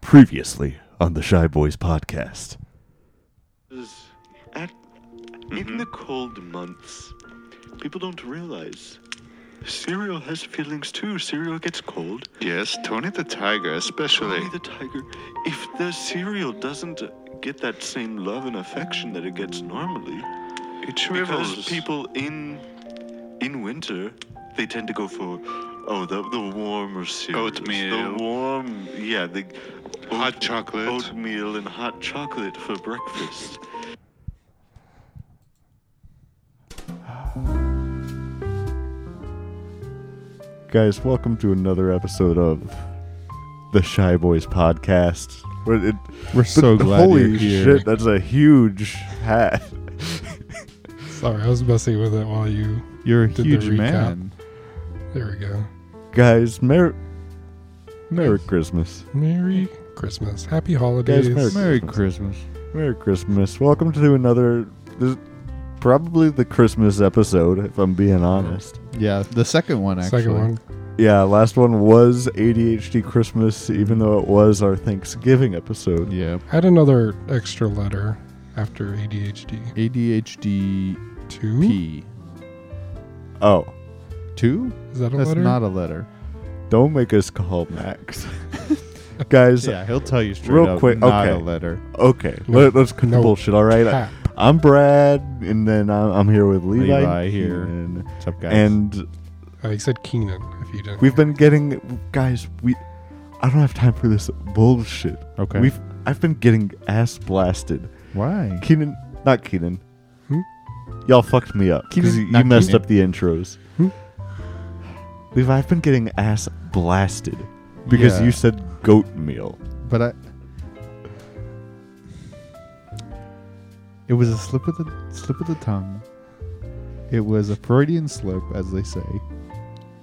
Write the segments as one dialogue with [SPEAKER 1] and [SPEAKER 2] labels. [SPEAKER 1] Previously on the Shy Boys podcast.
[SPEAKER 2] Because at, in the cold months, people don't realize cereal has feelings too. Cereal gets cold.
[SPEAKER 3] Yes, Tony the Tiger, especially.
[SPEAKER 2] Tony the tiger, if the cereal doesn't get that same love and affection that it gets normally,
[SPEAKER 3] It
[SPEAKER 2] because
[SPEAKER 3] shrivels.
[SPEAKER 2] people in in winter they tend to go for oh the the warmer cereal,
[SPEAKER 3] Oatmeal.
[SPEAKER 2] the warm yeah the
[SPEAKER 3] Hot chocolate.
[SPEAKER 2] oatmeal and hot chocolate for breakfast.
[SPEAKER 1] Guys, welcome to another episode of the Shy Boys podcast. What it-
[SPEAKER 4] We're so glad
[SPEAKER 1] holy
[SPEAKER 4] you're here.
[SPEAKER 1] shit, that's a huge hat.
[SPEAKER 5] Sorry, I was messing with it while you.
[SPEAKER 4] You're a
[SPEAKER 5] Did the
[SPEAKER 4] huge
[SPEAKER 5] recap.
[SPEAKER 4] man.
[SPEAKER 5] There we go.
[SPEAKER 1] Guys, Merry Merry Christmas.
[SPEAKER 5] Merry Christmas. Happy holidays.
[SPEAKER 1] Merry-
[SPEAKER 4] Merry Christmas.
[SPEAKER 1] Merry Christmas. Welcome to another this probably the Christmas episode if I'm being honest.
[SPEAKER 4] Yeah, the second one actually.
[SPEAKER 5] Second one.
[SPEAKER 1] Yeah, last one was ADHD Christmas even though it was our Thanksgiving episode.
[SPEAKER 4] Yeah.
[SPEAKER 5] Add another extra letter after ADHD.
[SPEAKER 4] ADHD
[SPEAKER 5] Two?
[SPEAKER 4] P.
[SPEAKER 1] Oh,
[SPEAKER 4] Two?
[SPEAKER 5] Is that a
[SPEAKER 4] That's
[SPEAKER 5] letter?
[SPEAKER 4] not a letter.
[SPEAKER 1] don't make us call Max. Guys,
[SPEAKER 4] Yeah, he'll tell you straight
[SPEAKER 1] Real
[SPEAKER 4] up.
[SPEAKER 1] quick,
[SPEAKER 4] Not
[SPEAKER 1] okay.
[SPEAKER 4] a letter.
[SPEAKER 1] Okay,
[SPEAKER 5] No.
[SPEAKER 1] let, us cut the
[SPEAKER 5] No.
[SPEAKER 1] bullshit. All right,
[SPEAKER 5] Cap.
[SPEAKER 1] I, am Brad, and then I'm, I'm here with Levi,
[SPEAKER 4] Levi here.
[SPEAKER 1] Keenan.
[SPEAKER 4] What's up, guys?
[SPEAKER 1] and
[SPEAKER 5] Oh, you said Keenan, if you didn't.
[SPEAKER 1] we've been getting guys. We I don't have time for this bullshit.
[SPEAKER 4] Okay.
[SPEAKER 1] we've I've been getting ass blasted.
[SPEAKER 4] Why?
[SPEAKER 1] Keenan, not Keenan.
[SPEAKER 5] Hmm?
[SPEAKER 1] Y'all fucked me up because
[SPEAKER 4] Keenan,
[SPEAKER 1] you, you
[SPEAKER 4] not
[SPEAKER 1] messed
[SPEAKER 4] Keenan.
[SPEAKER 1] up the intros.
[SPEAKER 5] Hmm?
[SPEAKER 1] Levi, I've been getting ass blasted because
[SPEAKER 4] Yeah.
[SPEAKER 1] you said goat meal.
[SPEAKER 4] But I. It was a slip of the slip of the tongue. It was a Freudian slip, as they say.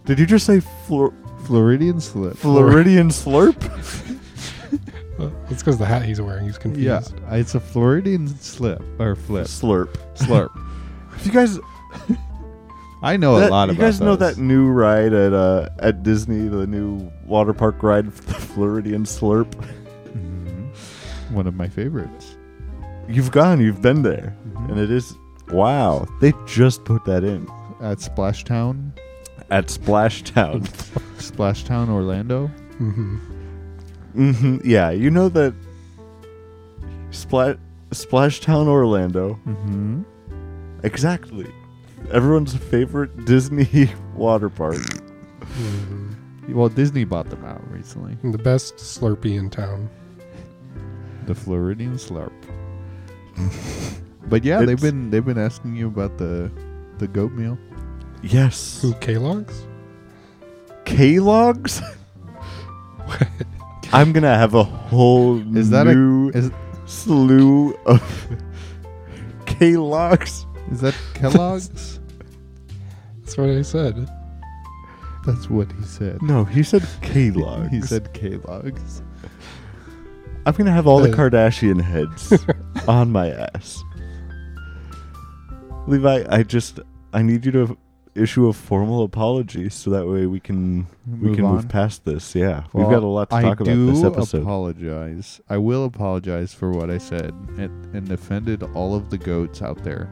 [SPEAKER 1] Did you just say Flor-
[SPEAKER 4] Floridian slip.
[SPEAKER 1] Floridian slurp?
[SPEAKER 5] Uh, It's because the hat he's wearing. He's confused.
[SPEAKER 4] Yeah, it's a Floridian slip or flip
[SPEAKER 1] slurp.
[SPEAKER 4] slurp.
[SPEAKER 1] If you guys
[SPEAKER 4] I know
[SPEAKER 1] That-
[SPEAKER 4] Oh, a lot
[SPEAKER 1] you
[SPEAKER 4] about
[SPEAKER 1] guys know
[SPEAKER 4] those.
[SPEAKER 1] that new ride at uh, at Disney, the new water park ride, the Floridian Slurp.
[SPEAKER 4] One of my favorites.
[SPEAKER 1] You've gone, you've been there,
[SPEAKER 4] Mm-hmm.
[SPEAKER 1] and it is wow. They just put that in
[SPEAKER 4] At Splashtown,
[SPEAKER 1] at Splashdown.
[SPEAKER 4] Splashtown Orlando.
[SPEAKER 5] hmm
[SPEAKER 1] hmm yeah, you know that Splat Splashtown Orlando.
[SPEAKER 4] Mm-hmm.
[SPEAKER 1] Exactly, everyone's favorite Disney water park.
[SPEAKER 4] Mm-hmm.
[SPEAKER 5] hmm
[SPEAKER 4] Well, Disney bought them out recently.
[SPEAKER 5] the best Slurpee in town.
[SPEAKER 4] The Floridian Slurp. but yeah, they've
[SPEAKER 1] It's-
[SPEAKER 4] been they've been asking you about the the goat meal.
[SPEAKER 1] Yes,
[SPEAKER 5] Who, Kellogg's?
[SPEAKER 1] K logs. I'm gonna have a whole
[SPEAKER 4] Is that
[SPEAKER 1] new
[SPEAKER 4] a is,
[SPEAKER 1] slew of K-Lox.
[SPEAKER 4] is that Kellogg's?
[SPEAKER 5] That's what I said.
[SPEAKER 4] That's what he said.
[SPEAKER 1] No, he said K-Lox.
[SPEAKER 4] He said Kellogg's.
[SPEAKER 1] I'm going to have all the
[SPEAKER 5] Uh.
[SPEAKER 1] Kardashian heads on my ass. Levi, I just, I need you to issue a formal apology so that way we can, we
[SPEAKER 4] Move
[SPEAKER 1] can
[SPEAKER 4] on?
[SPEAKER 1] move past this. Yeah.
[SPEAKER 4] Well,
[SPEAKER 1] We've got a lot to talk
[SPEAKER 4] I
[SPEAKER 1] about this
[SPEAKER 4] do
[SPEAKER 1] episode.
[SPEAKER 4] apologize. I will apologize for what I said and, and offended all of the goats out there.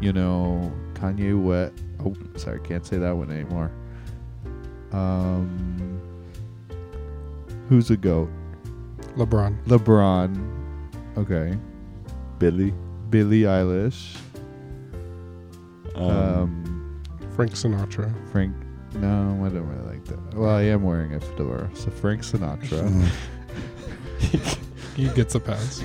[SPEAKER 4] You know, Kanye West. Oh, sorry, can't say that one anymore. Um, who's a goat?
[SPEAKER 5] LeBron.
[SPEAKER 4] LeBron. Okay.
[SPEAKER 1] Billy.
[SPEAKER 4] Billie Eilish.
[SPEAKER 1] Um,
[SPEAKER 4] Um,
[SPEAKER 5] Frank Sinatra.
[SPEAKER 4] Frank. No, I don't really like that. Well, I am wearing a fedora, so Frank
[SPEAKER 1] Um,
[SPEAKER 4] Sinatra.
[SPEAKER 5] He gets a pass.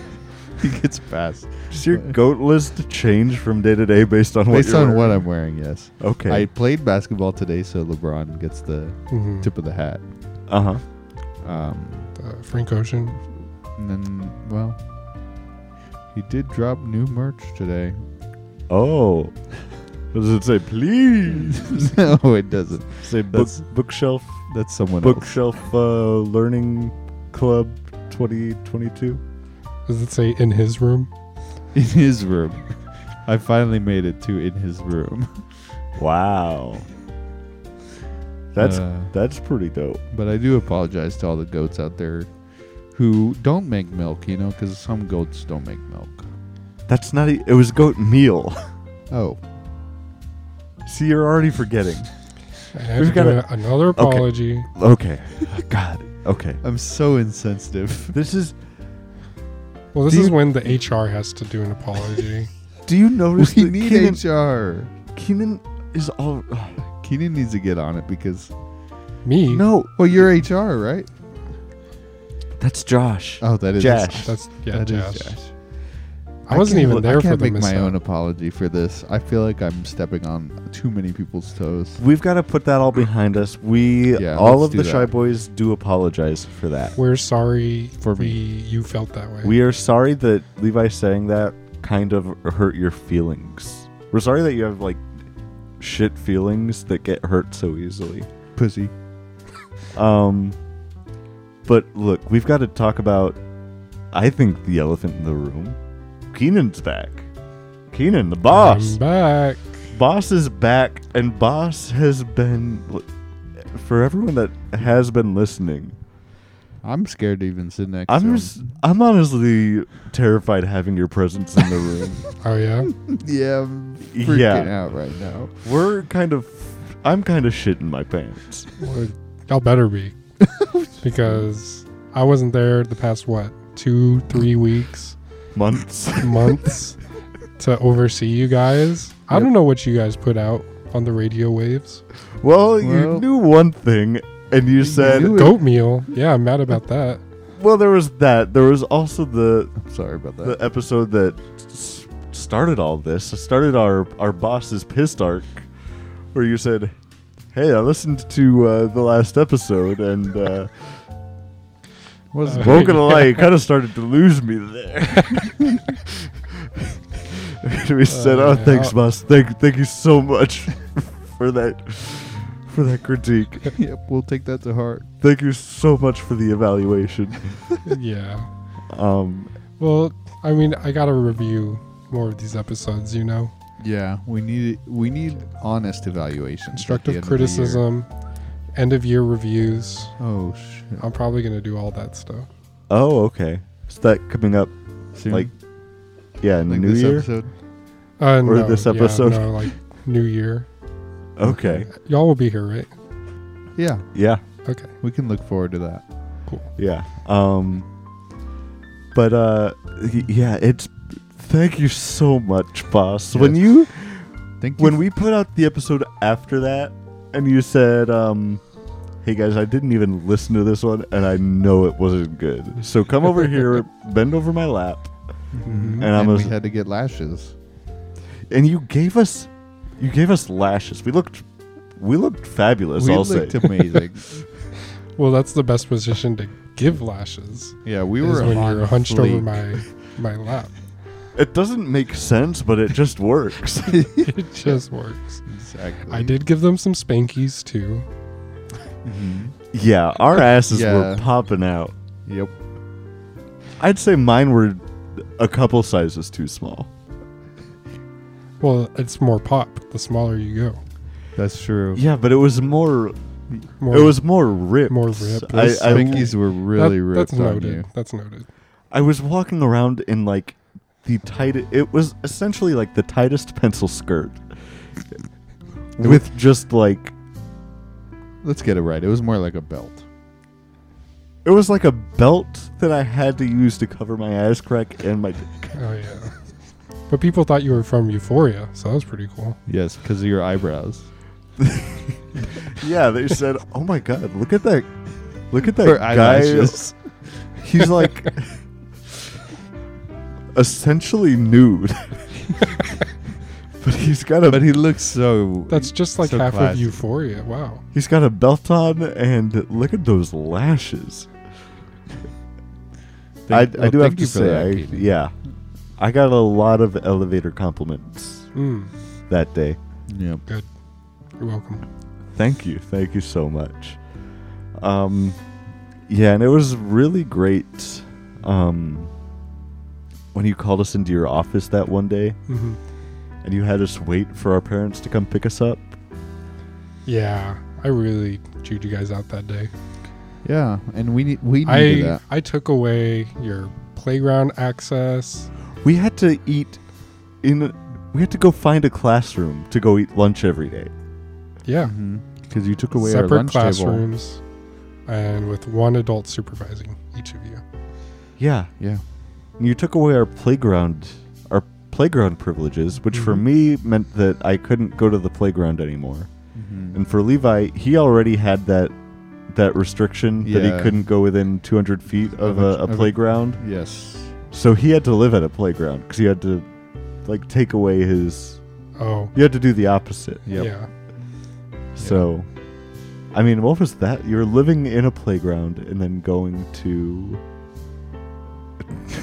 [SPEAKER 4] he gets passed
[SPEAKER 1] does your goat list change from day to day based on what
[SPEAKER 4] based
[SPEAKER 1] you're
[SPEAKER 4] on what
[SPEAKER 1] wearing?
[SPEAKER 4] I'm wearing. Yes.
[SPEAKER 1] Okay.
[SPEAKER 4] I played basketball today, so LeBron gets the
[SPEAKER 5] hmm
[SPEAKER 4] tip of the hat.
[SPEAKER 1] uh-huh.
[SPEAKER 4] Um,
[SPEAKER 5] Uh, Frank Ocean.
[SPEAKER 4] and then, well, he did drop new merch today.
[SPEAKER 1] Oh. Does it say please?
[SPEAKER 4] no, it doesn't.
[SPEAKER 1] Say book,
[SPEAKER 4] That's-
[SPEAKER 1] bookshelf
[SPEAKER 4] That's someone else.
[SPEAKER 1] bookshelf uh, learning club 2022.
[SPEAKER 5] Does it say in his room?
[SPEAKER 4] In his room. I finally made it to in his room.
[SPEAKER 1] Wow, that's
[SPEAKER 4] Uh,
[SPEAKER 1] that's pretty dope.
[SPEAKER 4] but I do apologize to all the goats out there who don't make milk, you know, because some goats don't make milk.
[SPEAKER 1] That's not. E- it was goat meal.
[SPEAKER 4] Oh,
[SPEAKER 1] See, you're already forgetting.
[SPEAKER 5] I had
[SPEAKER 1] We've
[SPEAKER 5] to do
[SPEAKER 1] gotta-
[SPEAKER 5] a- another
[SPEAKER 1] Okay.
[SPEAKER 5] apology.
[SPEAKER 1] Okay. God. Okay.
[SPEAKER 4] I'm so insensitive.
[SPEAKER 1] This is.
[SPEAKER 5] Well, this
[SPEAKER 1] Do
[SPEAKER 5] is
[SPEAKER 1] you-
[SPEAKER 5] when the HR has to do an apology.
[SPEAKER 1] Do you notice
[SPEAKER 4] we
[SPEAKER 1] that
[SPEAKER 4] need
[SPEAKER 1] Keenan,
[SPEAKER 4] HR.
[SPEAKER 1] Keenan is all.
[SPEAKER 4] Keenan needs to get on it because,
[SPEAKER 5] Me?
[SPEAKER 1] no,
[SPEAKER 4] well, you're HR, right?
[SPEAKER 1] that's Josh.
[SPEAKER 4] Oh, that is
[SPEAKER 1] Josh.
[SPEAKER 5] That's yeah,
[SPEAKER 4] That is
[SPEAKER 5] Josh. I wasn't
[SPEAKER 4] can't-
[SPEAKER 5] even there
[SPEAKER 4] I
[SPEAKER 5] for
[SPEAKER 4] can't
[SPEAKER 5] the
[SPEAKER 4] make my
[SPEAKER 5] mishap.
[SPEAKER 4] own apology for this. I feel like I'm stepping on too many people's toes.
[SPEAKER 1] We've got to put that all behind us. We
[SPEAKER 4] Yeah,
[SPEAKER 1] all
[SPEAKER 4] let's
[SPEAKER 1] of the
[SPEAKER 4] do
[SPEAKER 1] shy
[SPEAKER 4] that.
[SPEAKER 1] boys do apologize for that.
[SPEAKER 5] We're sorry
[SPEAKER 4] For me.
[SPEAKER 5] we- you felt that way.
[SPEAKER 1] We are sorry that Levi saying that kind of hurt your feelings. We're sorry that you have like shit feelings that get hurt so easily.
[SPEAKER 4] Pussy.
[SPEAKER 1] Um but look, we've got to talk about I think the elephant in the room. Keenan's back. Keenan, the boss.
[SPEAKER 5] I'm back.
[SPEAKER 1] Boss is back, and Boss has been. For everyone that has been listening,
[SPEAKER 4] I'm scared to even sit next to
[SPEAKER 1] I'm
[SPEAKER 4] him.
[SPEAKER 1] s I'm honestly terrified having your presence in the room.
[SPEAKER 5] Oh yeah.
[SPEAKER 4] yeah, I'm freaking
[SPEAKER 1] Yeah.
[SPEAKER 4] out right now.
[SPEAKER 1] We're kind of. I'm kind of shitting my pants.
[SPEAKER 5] Well, y'all better be, because I wasn't there the past what two, three weeks,
[SPEAKER 1] Months.
[SPEAKER 5] months to oversee you guys. I
[SPEAKER 4] Yep.
[SPEAKER 5] don't know what you guys put out on the radio waves.
[SPEAKER 1] Well, you
[SPEAKER 4] Well-
[SPEAKER 1] knew one thing, and you said.
[SPEAKER 4] knew it.
[SPEAKER 5] Goat meal. Yeah, I'm mad about that.
[SPEAKER 1] Well, there was that. There was also the
[SPEAKER 4] I'm sorry about
[SPEAKER 1] the
[SPEAKER 4] that.
[SPEAKER 1] episode that s- started all this started our our boss's pissed arc where you said hey i listened to uh, the last episode and uh,
[SPEAKER 4] Was
[SPEAKER 5] Uh,
[SPEAKER 1] won't gonna lie it kind of started to lose me there And we said oh
[SPEAKER 5] Uh,
[SPEAKER 1] thanks
[SPEAKER 5] yeah.
[SPEAKER 1] boss thank, thank you so much for that for that critique
[SPEAKER 4] yep, we'll take that to heart.
[SPEAKER 1] thank you so much for the evaluation
[SPEAKER 5] yeah.
[SPEAKER 1] um
[SPEAKER 5] Well, I mean, I gotta review more of these episodes. You know,
[SPEAKER 4] Yeah, we need we need honest evaluations. at the
[SPEAKER 5] constructive
[SPEAKER 4] end of the year.
[SPEAKER 5] criticism, end of year reviews.
[SPEAKER 4] Oh shit!
[SPEAKER 5] I'm probably gonna do all that stuff.
[SPEAKER 1] oh okay is that coming up
[SPEAKER 4] Soon?
[SPEAKER 1] like yeah in the
[SPEAKER 4] Like
[SPEAKER 1] new
[SPEAKER 4] this
[SPEAKER 1] year
[SPEAKER 4] episode?
[SPEAKER 5] Uh,
[SPEAKER 1] Or
[SPEAKER 5] no,
[SPEAKER 1] this
[SPEAKER 5] yeah,
[SPEAKER 1] episode.
[SPEAKER 5] no, like New Year.
[SPEAKER 1] okay
[SPEAKER 5] Y'all will be here, right?
[SPEAKER 4] Yeah,
[SPEAKER 1] yeah
[SPEAKER 5] Okay.
[SPEAKER 4] we can look forward to that.
[SPEAKER 1] Yeah. Um but uh y- yeah, it's thank you so much, boss. When
[SPEAKER 4] Yes.
[SPEAKER 1] you
[SPEAKER 4] Thank you.
[SPEAKER 1] when we put out the episode after that and you said um Hey guys, I didn't even listen to this one and I know it wasn't good. So come over here, bend over my lap. And
[SPEAKER 5] Mhm.
[SPEAKER 1] I'm
[SPEAKER 4] and we
[SPEAKER 1] a-
[SPEAKER 4] had to get lashes.
[SPEAKER 1] And you gave us you gave us lashes. We looked we looked fabulous,
[SPEAKER 4] we
[SPEAKER 1] I'll
[SPEAKER 4] looked
[SPEAKER 1] say.
[SPEAKER 4] amazing.
[SPEAKER 5] Well, that's the best position to give lashes.
[SPEAKER 4] yeah, we
[SPEAKER 5] is
[SPEAKER 4] were
[SPEAKER 5] when
[SPEAKER 4] on
[SPEAKER 5] you're hunched over
[SPEAKER 4] fleek.
[SPEAKER 5] my my lap.
[SPEAKER 1] It doesn't make sense, but it just works.
[SPEAKER 5] It just works.
[SPEAKER 4] Exactly.
[SPEAKER 5] I did give them some spankies too.
[SPEAKER 4] Mm-hmm.
[SPEAKER 1] yeah, our asses were
[SPEAKER 4] Yeah.
[SPEAKER 1] popping out.
[SPEAKER 4] Yep.
[SPEAKER 1] I'd say mine were a couple sizes too small.
[SPEAKER 5] Well, it's more pop the smaller you go.
[SPEAKER 4] That's true.
[SPEAKER 1] Yeah, but it was more.
[SPEAKER 5] More,
[SPEAKER 1] it was more ripped.
[SPEAKER 5] More ripped.
[SPEAKER 1] I,
[SPEAKER 5] Those
[SPEAKER 1] I,
[SPEAKER 4] Pinkies were really
[SPEAKER 5] that-
[SPEAKER 4] ripped
[SPEAKER 5] That's
[SPEAKER 4] on
[SPEAKER 5] noted.
[SPEAKER 4] you.
[SPEAKER 5] That's noted.
[SPEAKER 1] I was walking around in like the tight. It was essentially like the tightest pencil skirt, with just like
[SPEAKER 4] Let's get it right. It was more like a belt.
[SPEAKER 1] it was like a belt that I had to use to cover my ass crack and my.
[SPEAKER 5] Oh yeah. But people thought you were from Euphoria, so that was pretty cool.
[SPEAKER 4] Yes, because of your eyebrows.
[SPEAKER 1] Yeah, they said, "Oh my god, look at that! Look at that
[SPEAKER 4] Her
[SPEAKER 1] guy
[SPEAKER 4] eyelashes.
[SPEAKER 1] He's like essentially nude. but he's got a
[SPEAKER 4] But he looks so.
[SPEAKER 5] That's just like
[SPEAKER 4] so
[SPEAKER 5] half of
[SPEAKER 4] classy.
[SPEAKER 5] Euphoria. Wow.
[SPEAKER 1] he's got a belt on and look at those lashes.
[SPEAKER 4] Thank-
[SPEAKER 1] I, I
[SPEAKER 4] well,
[SPEAKER 1] do have
[SPEAKER 4] thank
[SPEAKER 1] to
[SPEAKER 4] you for
[SPEAKER 1] say
[SPEAKER 4] that,
[SPEAKER 1] I,
[SPEAKER 4] Keaton.
[SPEAKER 1] yeah. I got a lot of elevator compliments
[SPEAKER 5] Mm,
[SPEAKER 1] that day.
[SPEAKER 4] Yep.
[SPEAKER 5] good. You're welcome.
[SPEAKER 1] Thank you. Thank you so much. Um yeah, and it was really great um when you called us into your office that one day
[SPEAKER 5] hmm
[SPEAKER 1] and you had us wait for our parents to come pick us up.
[SPEAKER 5] Yeah, I really chewed you guys out that day.
[SPEAKER 4] Yeah, and we need we needed
[SPEAKER 5] I I took away your playground access.
[SPEAKER 1] We had to eat in. We had to go find a classroom to go eat lunch every day.
[SPEAKER 5] Yeah,
[SPEAKER 4] that because Mm-hmm. you took away our
[SPEAKER 5] separate
[SPEAKER 4] lunch table.
[SPEAKER 5] classrooms, and with one adult supervising each of you.
[SPEAKER 1] Yeah,
[SPEAKER 4] Yeah,
[SPEAKER 1] And you took away our playground, our playground privileges, which for
[SPEAKER 4] Mm-hmm.
[SPEAKER 5] Mhm.
[SPEAKER 1] me meant that I couldn't go to the playground anymore.
[SPEAKER 4] Mhm.
[SPEAKER 1] And for Levi, he already had that that restriction that
[SPEAKER 4] Yeah.
[SPEAKER 1] he couldn't go within 200 feet of
[SPEAKER 4] Of
[SPEAKER 1] a,
[SPEAKER 4] a-
[SPEAKER 1] a
[SPEAKER 4] of a-
[SPEAKER 1] playground.
[SPEAKER 4] yes.
[SPEAKER 1] So he had to live at a playground because he had to like take away his.
[SPEAKER 5] Oh,
[SPEAKER 1] You had to do the opposite.
[SPEAKER 4] Yep.
[SPEAKER 5] yeah.
[SPEAKER 1] So, I mean, what was that? You're living in a playground and then going to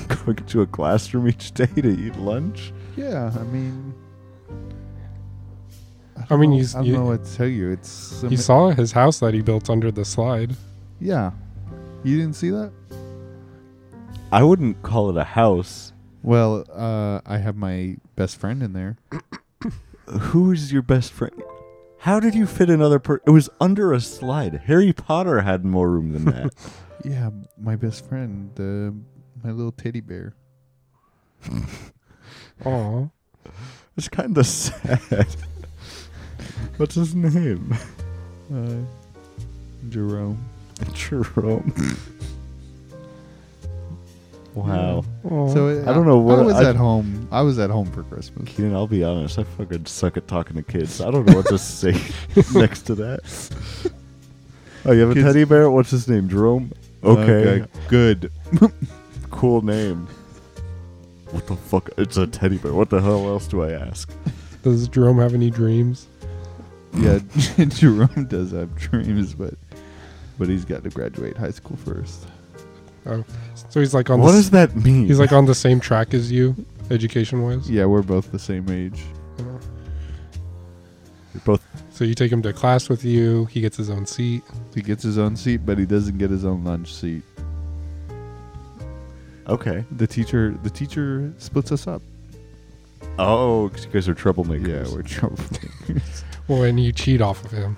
[SPEAKER 1] going to a classroom each day to eat lunch.
[SPEAKER 4] Yeah, I mean,
[SPEAKER 5] I mean,
[SPEAKER 4] don't-
[SPEAKER 5] you s-
[SPEAKER 4] I don't
[SPEAKER 5] you-
[SPEAKER 4] know what to tell you. It's some,
[SPEAKER 5] You saw his house that he built under the slide.
[SPEAKER 4] yeah. You didn't see that?
[SPEAKER 1] I wouldn't call it a house.
[SPEAKER 4] Well, uh, I have my best friend in there.
[SPEAKER 1] Who's your best friend? How did you fit another per? It was under a slide. Harry Potter had more room than that.
[SPEAKER 4] Yeah, my best friend, the my little teddy bear.
[SPEAKER 5] Oh,
[SPEAKER 1] it's kind of sad. What's his name?
[SPEAKER 4] Uh, Jerome.
[SPEAKER 1] Jerome. wow.
[SPEAKER 4] So
[SPEAKER 1] I don't know what-
[SPEAKER 4] I was
[SPEAKER 1] I-
[SPEAKER 4] at home. I was at home for Christmas.
[SPEAKER 1] Keenan, I'll be honest. I fucking suck at talking to kids. I don't know what to say next to that. Oh, you have a
[SPEAKER 4] Kids-
[SPEAKER 1] teddy bear? What's his name? Jerome? Okay.
[SPEAKER 4] good.
[SPEAKER 1] Cool name. What the fuck? It's a teddy bear. What the hell else do I ask?
[SPEAKER 5] Does Jerome have any dreams?
[SPEAKER 4] Yeah, Jerome does have dreams, but but he's got to graduate high school first.
[SPEAKER 5] Oh, so he's like on.
[SPEAKER 1] What
[SPEAKER 5] the, s-
[SPEAKER 1] does that mean?
[SPEAKER 5] He's like on the same track as you, education wise.
[SPEAKER 4] Yeah, we're both the same age.
[SPEAKER 1] You're both.
[SPEAKER 5] So you take him to class with you. He gets his own seat.
[SPEAKER 4] He gets his own seat, but he doesn't get his own lunch seat.
[SPEAKER 1] Okay.
[SPEAKER 4] The teacher, the teacher splits us up.
[SPEAKER 1] Oh, 'cause you guys are troublemakers.
[SPEAKER 4] Yeah, we're troublemakers.
[SPEAKER 5] Well, and you cheat off of him.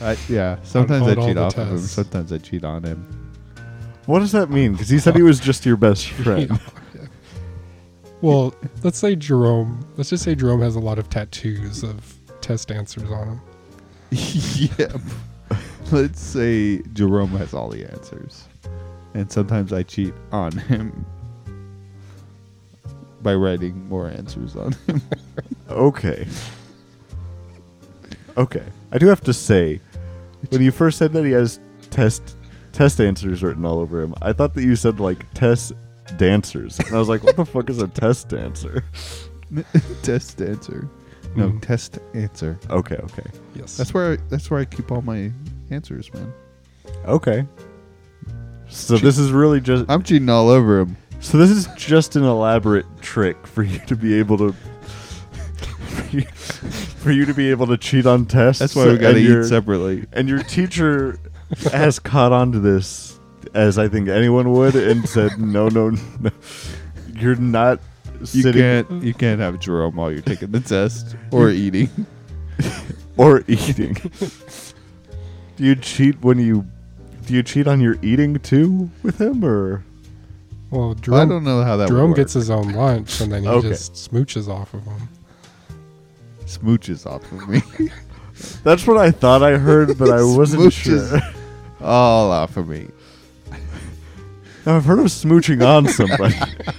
[SPEAKER 4] I, yeah, sometimes
[SPEAKER 5] on
[SPEAKER 4] I
[SPEAKER 5] all
[SPEAKER 4] cheat
[SPEAKER 5] the
[SPEAKER 4] off of him.
[SPEAKER 5] tests.
[SPEAKER 4] Sometimes I cheat on him.
[SPEAKER 1] what does that mean? Because he said he was just your best friend.
[SPEAKER 5] Well, let's say Jerome. Let's just say Jerome has a lot of tattoos of test answers on him.
[SPEAKER 4] yep. Let's say Jerome has all the answers, and sometimes I cheat on him by writing more answers on him.
[SPEAKER 1] Okay. Okay. I do have to say, when you first said that he has test test answers written all over him, I thought that you said like test dancers, and I was like, what the fuck is a test dancer?
[SPEAKER 4] test answer. No,
[SPEAKER 5] Mm.
[SPEAKER 4] test answer.
[SPEAKER 1] Okay. Okay.
[SPEAKER 5] Yes.
[SPEAKER 4] That's where I, that's where I keep all my answers, man.
[SPEAKER 1] Okay. So this is really just
[SPEAKER 4] I'm cheating all over him.
[SPEAKER 1] So this is just an elaborate trick for you to be able to for you- for you to be able to cheat on tests.
[SPEAKER 4] That's why we got
[SPEAKER 1] and
[SPEAKER 4] to
[SPEAKER 1] your-
[SPEAKER 4] eat separately.
[SPEAKER 1] And your teacher has caught on to this as I think anyone would and said, "No, no, no. You're not
[SPEAKER 4] You
[SPEAKER 1] sitting
[SPEAKER 4] can't you can't have Jerome while you're taking the test or eating.
[SPEAKER 1] or eating." do you cheat when you do you cheat on your eating too with him or
[SPEAKER 5] well,
[SPEAKER 4] I
[SPEAKER 5] Jerome.
[SPEAKER 4] don't know how that
[SPEAKER 5] Jerome
[SPEAKER 4] would work.
[SPEAKER 5] gets his own lunch, and then he
[SPEAKER 1] Okay.
[SPEAKER 5] just smooches off of him.
[SPEAKER 4] smooches off of me,
[SPEAKER 1] That's what I thought I heard, but I wasn't
[SPEAKER 4] Smooches.
[SPEAKER 1] sure.
[SPEAKER 4] all off of me.
[SPEAKER 1] Now, I've heard of smooching on somebody.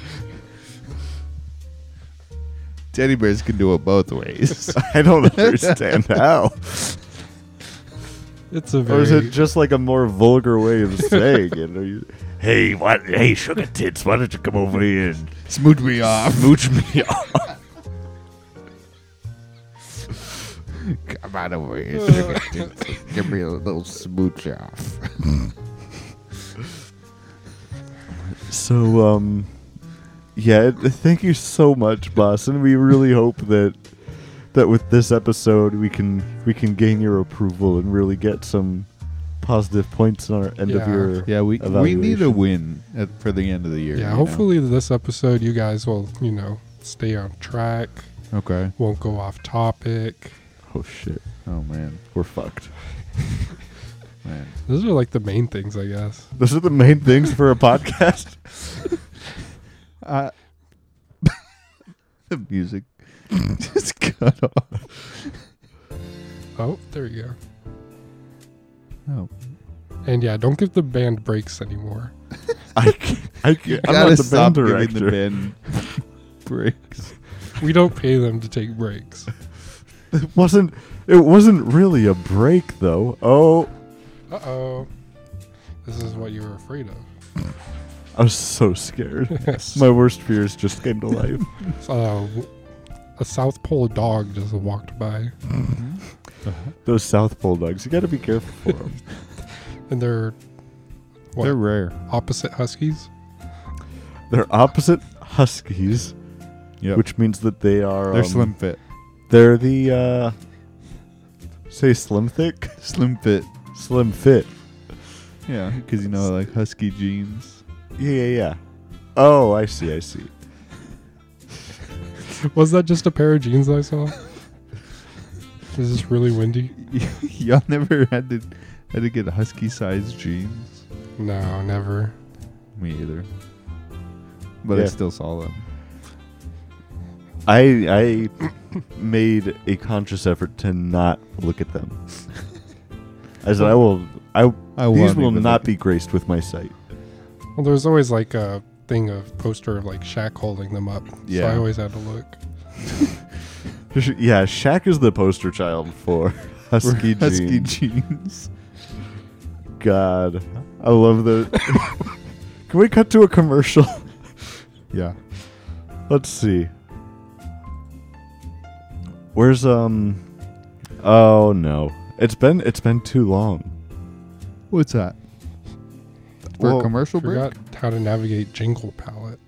[SPEAKER 4] Teddy bears can do it both ways.
[SPEAKER 1] I don't understand how.
[SPEAKER 5] It's a
[SPEAKER 1] Or
[SPEAKER 5] very.
[SPEAKER 1] is it just like a more vulgar way of saying it? Are you, hey, what? Hey, sugar tits, why don't you come over here and
[SPEAKER 4] Smooch me off.
[SPEAKER 1] smooch me off?
[SPEAKER 4] Come on over here. sugar tits. Give me a little smooch off.
[SPEAKER 1] So, um, yeah. th- Thank you so much, boss, and we really hope that that with this episode we can we can gain your approval and really get some positive points on our end of
[SPEAKER 5] Yeah.
[SPEAKER 1] your
[SPEAKER 4] Yeah, we we need a
[SPEAKER 1] Evaluation.
[SPEAKER 4] win at, for the end of the year.
[SPEAKER 5] yeah.
[SPEAKER 4] you know?
[SPEAKER 5] Hopefully, this episode, you guys will, you know, stay on track.
[SPEAKER 4] Okay.
[SPEAKER 5] Won't go off topic.
[SPEAKER 1] Oh shit,
[SPEAKER 4] Oh man.
[SPEAKER 1] we're fucked.
[SPEAKER 4] Man.
[SPEAKER 5] Those are like the main things, I guess.
[SPEAKER 1] Those are the main things for a podcast.
[SPEAKER 4] Uh, the music just cut off.
[SPEAKER 5] Oh, there you go.
[SPEAKER 4] Oh,
[SPEAKER 5] And yeah, don't give the band breaks anymore.
[SPEAKER 1] I, c- I, c-
[SPEAKER 4] you
[SPEAKER 1] I'm
[SPEAKER 4] gotta
[SPEAKER 1] not the
[SPEAKER 4] stop
[SPEAKER 1] band
[SPEAKER 4] giving the
[SPEAKER 1] director.
[SPEAKER 4] band breaks.
[SPEAKER 5] We don't pay them to take breaks.
[SPEAKER 1] It wasn't. It wasn't really a break though. Oh,
[SPEAKER 5] Uh oh. This is what you were afraid of.
[SPEAKER 1] I was so scared. My worst fears just came to life.
[SPEAKER 5] So, uh, a South Pole dog just walked by,
[SPEAKER 1] Those South Pole dogs. You got to be careful for them.
[SPEAKER 5] and they're what,
[SPEAKER 4] They're rare.
[SPEAKER 5] opposite huskies.
[SPEAKER 1] They're opposite huskies,
[SPEAKER 4] Yeah,
[SPEAKER 1] which means that they are.
[SPEAKER 4] they're
[SPEAKER 1] um,
[SPEAKER 4] slim fit.
[SPEAKER 1] They're the uh, say slim thick,
[SPEAKER 4] Slim fit.
[SPEAKER 1] slim fit.
[SPEAKER 4] Yeah, because you know, like husky jeans.
[SPEAKER 1] Yeah, yeah, yeah. Oh, I see. I see.
[SPEAKER 5] Was that just a pair of jeans I saw? Is this really windy?
[SPEAKER 4] Y'all never had to had to get husky sized jeans.
[SPEAKER 5] No, never.
[SPEAKER 4] Me either. But I
[SPEAKER 1] Yeah.
[SPEAKER 4] still saw them.
[SPEAKER 1] I I made a conscious effort to not look at them. I said I will. I
[SPEAKER 4] I
[SPEAKER 1] these
[SPEAKER 4] won't
[SPEAKER 1] will
[SPEAKER 4] even
[SPEAKER 1] not
[SPEAKER 4] look.
[SPEAKER 1] be graced with my sight.
[SPEAKER 5] Well, there's always like a thing of poster of like Shaq holding them up. So
[SPEAKER 4] Yeah.
[SPEAKER 5] I always had to look.
[SPEAKER 1] Yeah, Shaq is the poster child for husky jeans.
[SPEAKER 4] husky jeans.
[SPEAKER 1] God, I love the. Can we cut to a commercial?
[SPEAKER 4] Yeah.
[SPEAKER 1] Let's see. Where's um? Oh no, it's been it's been too long.
[SPEAKER 4] What's that? For
[SPEAKER 1] Well,
[SPEAKER 4] a commercial break?
[SPEAKER 5] Forgot how to navigate Jingle Palette.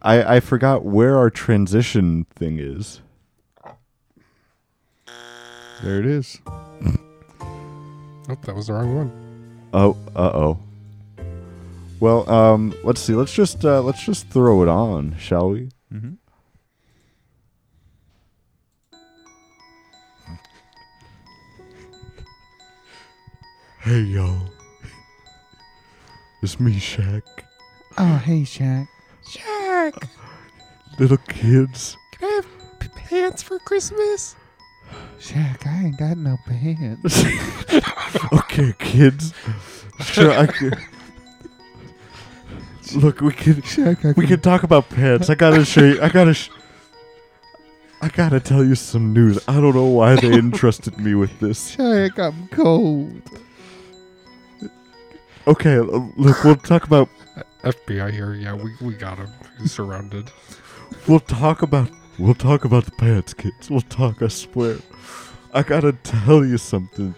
[SPEAKER 1] I I forgot where our transition thing is.
[SPEAKER 4] There it is.
[SPEAKER 5] Oh, that was the wrong one.
[SPEAKER 1] Oh, uh oh. Well, um, let's see. Let's just uh, let's just throw it on, shall we?
[SPEAKER 4] Mhm.
[SPEAKER 1] Hey yo, it's me, Shaq.
[SPEAKER 6] Oh, hey, Shaq. Shaq,
[SPEAKER 1] Little kids,
[SPEAKER 6] can I have p- pants for Christmas? Shaq, I ain't got no pants.
[SPEAKER 1] okay, kids. Sure, I can- Look, we can
[SPEAKER 6] Shaq, I
[SPEAKER 1] we can talk about pants. I gotta show you. I gotta. Sh- I gotta tell you some news. I don't know why they entrusted me with this.
[SPEAKER 4] Shaq, I'm cold.
[SPEAKER 1] Okay, l- look, we'll talk about
[SPEAKER 5] Uh, FBI here. Yeah, we, we got him. He's surrounded.
[SPEAKER 1] we'll talk about we'll talk about the pants, kids. We'll talk. I swear. I gotta tell you something.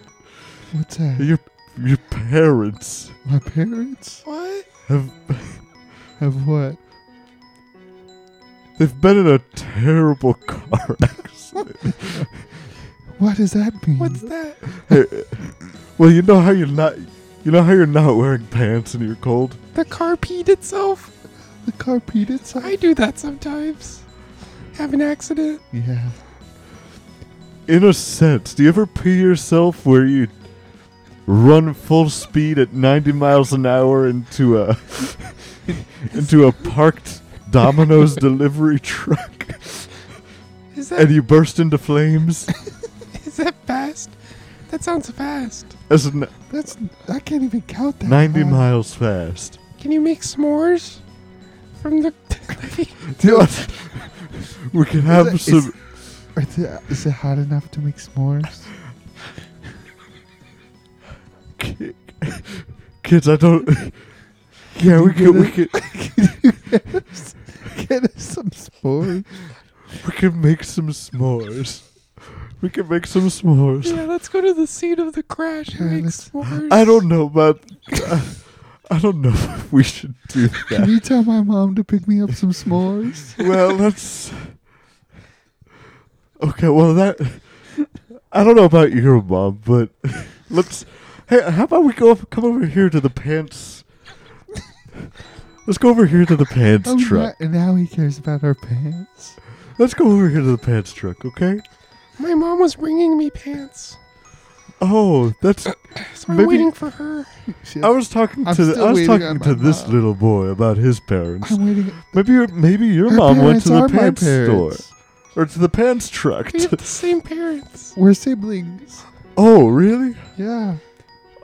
[SPEAKER 6] What's that?
[SPEAKER 1] Your your parents
[SPEAKER 4] My parents
[SPEAKER 6] What?
[SPEAKER 1] have
[SPEAKER 4] have what?
[SPEAKER 1] they've been in a terrible car accident.
[SPEAKER 6] What does that mean?
[SPEAKER 4] What's
[SPEAKER 6] that?
[SPEAKER 1] well, you know how you're not you know how you're not wearing pants and you're cold.
[SPEAKER 6] The car peed itself.
[SPEAKER 4] The car peed itself.
[SPEAKER 6] I do that sometimes. Have an accident.
[SPEAKER 4] Yeah.
[SPEAKER 1] in a sense, do you ever pee yourself where you run full speed at 90 miles an hour into a into a parked Domino's delivery truck
[SPEAKER 6] Is that
[SPEAKER 1] and you burst into flames?
[SPEAKER 6] is that fast? That sounds fast.
[SPEAKER 1] That's n-
[SPEAKER 6] That's I can't even count that.
[SPEAKER 1] 90
[SPEAKER 6] fast.
[SPEAKER 1] miles fast.
[SPEAKER 6] Can you make s'mores from the?
[SPEAKER 1] Do you want- we can have
[SPEAKER 6] Is-
[SPEAKER 1] some.
[SPEAKER 6] Are the- is it hot enough to make s'mores?
[SPEAKER 1] ki- Kids, I don't. Yeah, we
[SPEAKER 4] You
[SPEAKER 1] can. We can.
[SPEAKER 4] Get us some sport.
[SPEAKER 1] We can make some s'mores. We can make some s'mores.
[SPEAKER 6] Yeah, let's go to the scene of the crash
[SPEAKER 4] Yeah,
[SPEAKER 6] and make
[SPEAKER 4] let's-
[SPEAKER 6] s'mores.
[SPEAKER 1] I don't know, but I don't know if we should do
[SPEAKER 4] Can
[SPEAKER 1] that.
[SPEAKER 4] you tell my mom to pick me up some s'mores?
[SPEAKER 1] well, let's. Okay, well that I don't know about your mom, but let's. Hey, how about we go up, come over here to the pants? Let's go over here to the pants
[SPEAKER 4] Oh,
[SPEAKER 1] truck.
[SPEAKER 4] yeah, and now he cares about our pants.
[SPEAKER 1] Let's go over here to the pants truck, okay?
[SPEAKER 6] My mom was bringing me pants.
[SPEAKER 1] Oh, that's.
[SPEAKER 5] So I'm
[SPEAKER 1] Maybe-
[SPEAKER 5] waiting for her.
[SPEAKER 4] Shit.
[SPEAKER 1] I was talking
[SPEAKER 4] I'm
[SPEAKER 1] to the,
[SPEAKER 4] still
[SPEAKER 1] I was
[SPEAKER 4] waiting
[SPEAKER 1] talking
[SPEAKER 4] on
[SPEAKER 1] to
[SPEAKER 4] my
[SPEAKER 1] this
[SPEAKER 4] mom.
[SPEAKER 1] little boy about his parents.
[SPEAKER 4] I'm waiting.
[SPEAKER 1] Maybe your, maybe your
[SPEAKER 4] Her
[SPEAKER 1] mom went
[SPEAKER 4] parents
[SPEAKER 1] to the
[SPEAKER 4] are my
[SPEAKER 1] pants store
[SPEAKER 4] parents.
[SPEAKER 1] or to the pants truck.
[SPEAKER 5] We have
[SPEAKER 1] to-
[SPEAKER 5] the same parents.
[SPEAKER 4] We're siblings.
[SPEAKER 1] oh, really?
[SPEAKER 4] Yeah.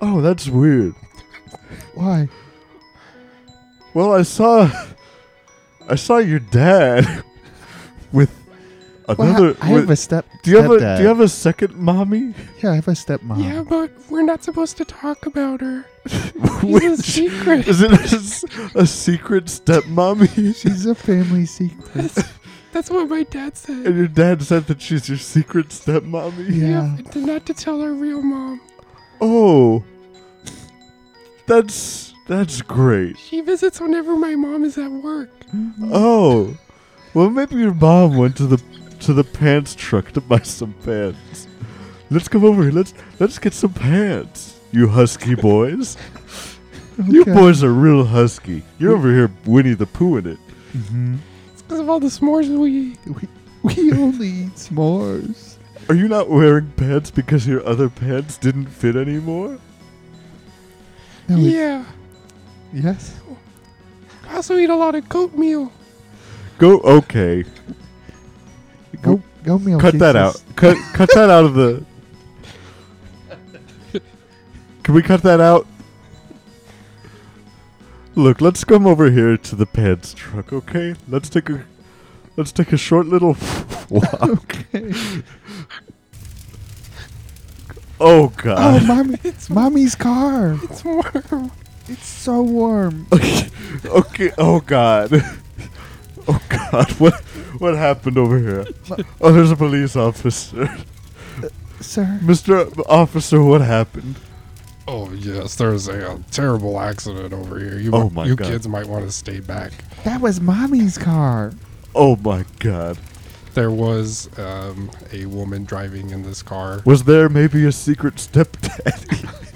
[SPEAKER 1] Oh, that's weird.
[SPEAKER 4] Why?
[SPEAKER 1] Well, I saw, I saw your dad with another.
[SPEAKER 4] I
[SPEAKER 1] with-
[SPEAKER 4] have a step.
[SPEAKER 1] do you have a Do you have a second mommy?
[SPEAKER 4] Yeah, I have a stepmom.
[SPEAKER 5] Yeah, but we're not supposed to talk about her. It's a
[SPEAKER 1] Which,
[SPEAKER 5] secret.
[SPEAKER 1] is it a, s- a secret stepmommy?
[SPEAKER 4] She's a family secret.
[SPEAKER 5] That's what my dad said.
[SPEAKER 1] and your dad said that she's your secret stepmommy.
[SPEAKER 4] yeah.
[SPEAKER 5] and not to tell her real mom.
[SPEAKER 1] Oh, that's that's great.
[SPEAKER 5] She visits whenever my mom is at work.
[SPEAKER 1] Oh, well, maybe your mom went to the to the pants truck to buy some pants. Let's come over here. Let's let's get some pants. You husky boys. You
[SPEAKER 4] Okay.
[SPEAKER 1] boys are real husky. You're over here Winnie the Pooh in it.
[SPEAKER 4] Mhm.
[SPEAKER 5] It's because of all the s'mores we eat.
[SPEAKER 4] We, we only eat s'mores.
[SPEAKER 1] Are you not wearing pants because your other pants didn't fit anymore?
[SPEAKER 4] No, we-
[SPEAKER 5] yeah.
[SPEAKER 4] Yes.
[SPEAKER 5] I also eat a lot of goat meal.
[SPEAKER 1] Go okay.
[SPEAKER 4] Go go meal.
[SPEAKER 1] cut that out.
[SPEAKER 4] Oh, Jesus.
[SPEAKER 1] Cut cut that out of the. Can we cut that out? Look, let's come over here to the pants truck, okay? Let's take a let's take a short little walk. oh
[SPEAKER 4] Oh,
[SPEAKER 1] god.
[SPEAKER 4] mommy, mommy's car.
[SPEAKER 5] It's warm.
[SPEAKER 4] It's so warm.
[SPEAKER 1] okay. Oh god. Oh god. What what happened over here? Oh, there's a police officer.
[SPEAKER 4] Sir,
[SPEAKER 1] Mr. Officer, what happened?
[SPEAKER 5] Oh, yes, there's a, uh, terrible accident over here. You,
[SPEAKER 1] Oh, my
[SPEAKER 5] you
[SPEAKER 1] God.
[SPEAKER 5] kids might want to stay back.
[SPEAKER 4] that was mommy's car.
[SPEAKER 1] Oh my god.
[SPEAKER 5] There was um, a woman driving in this car.
[SPEAKER 1] Was there maybe a secret stepdad?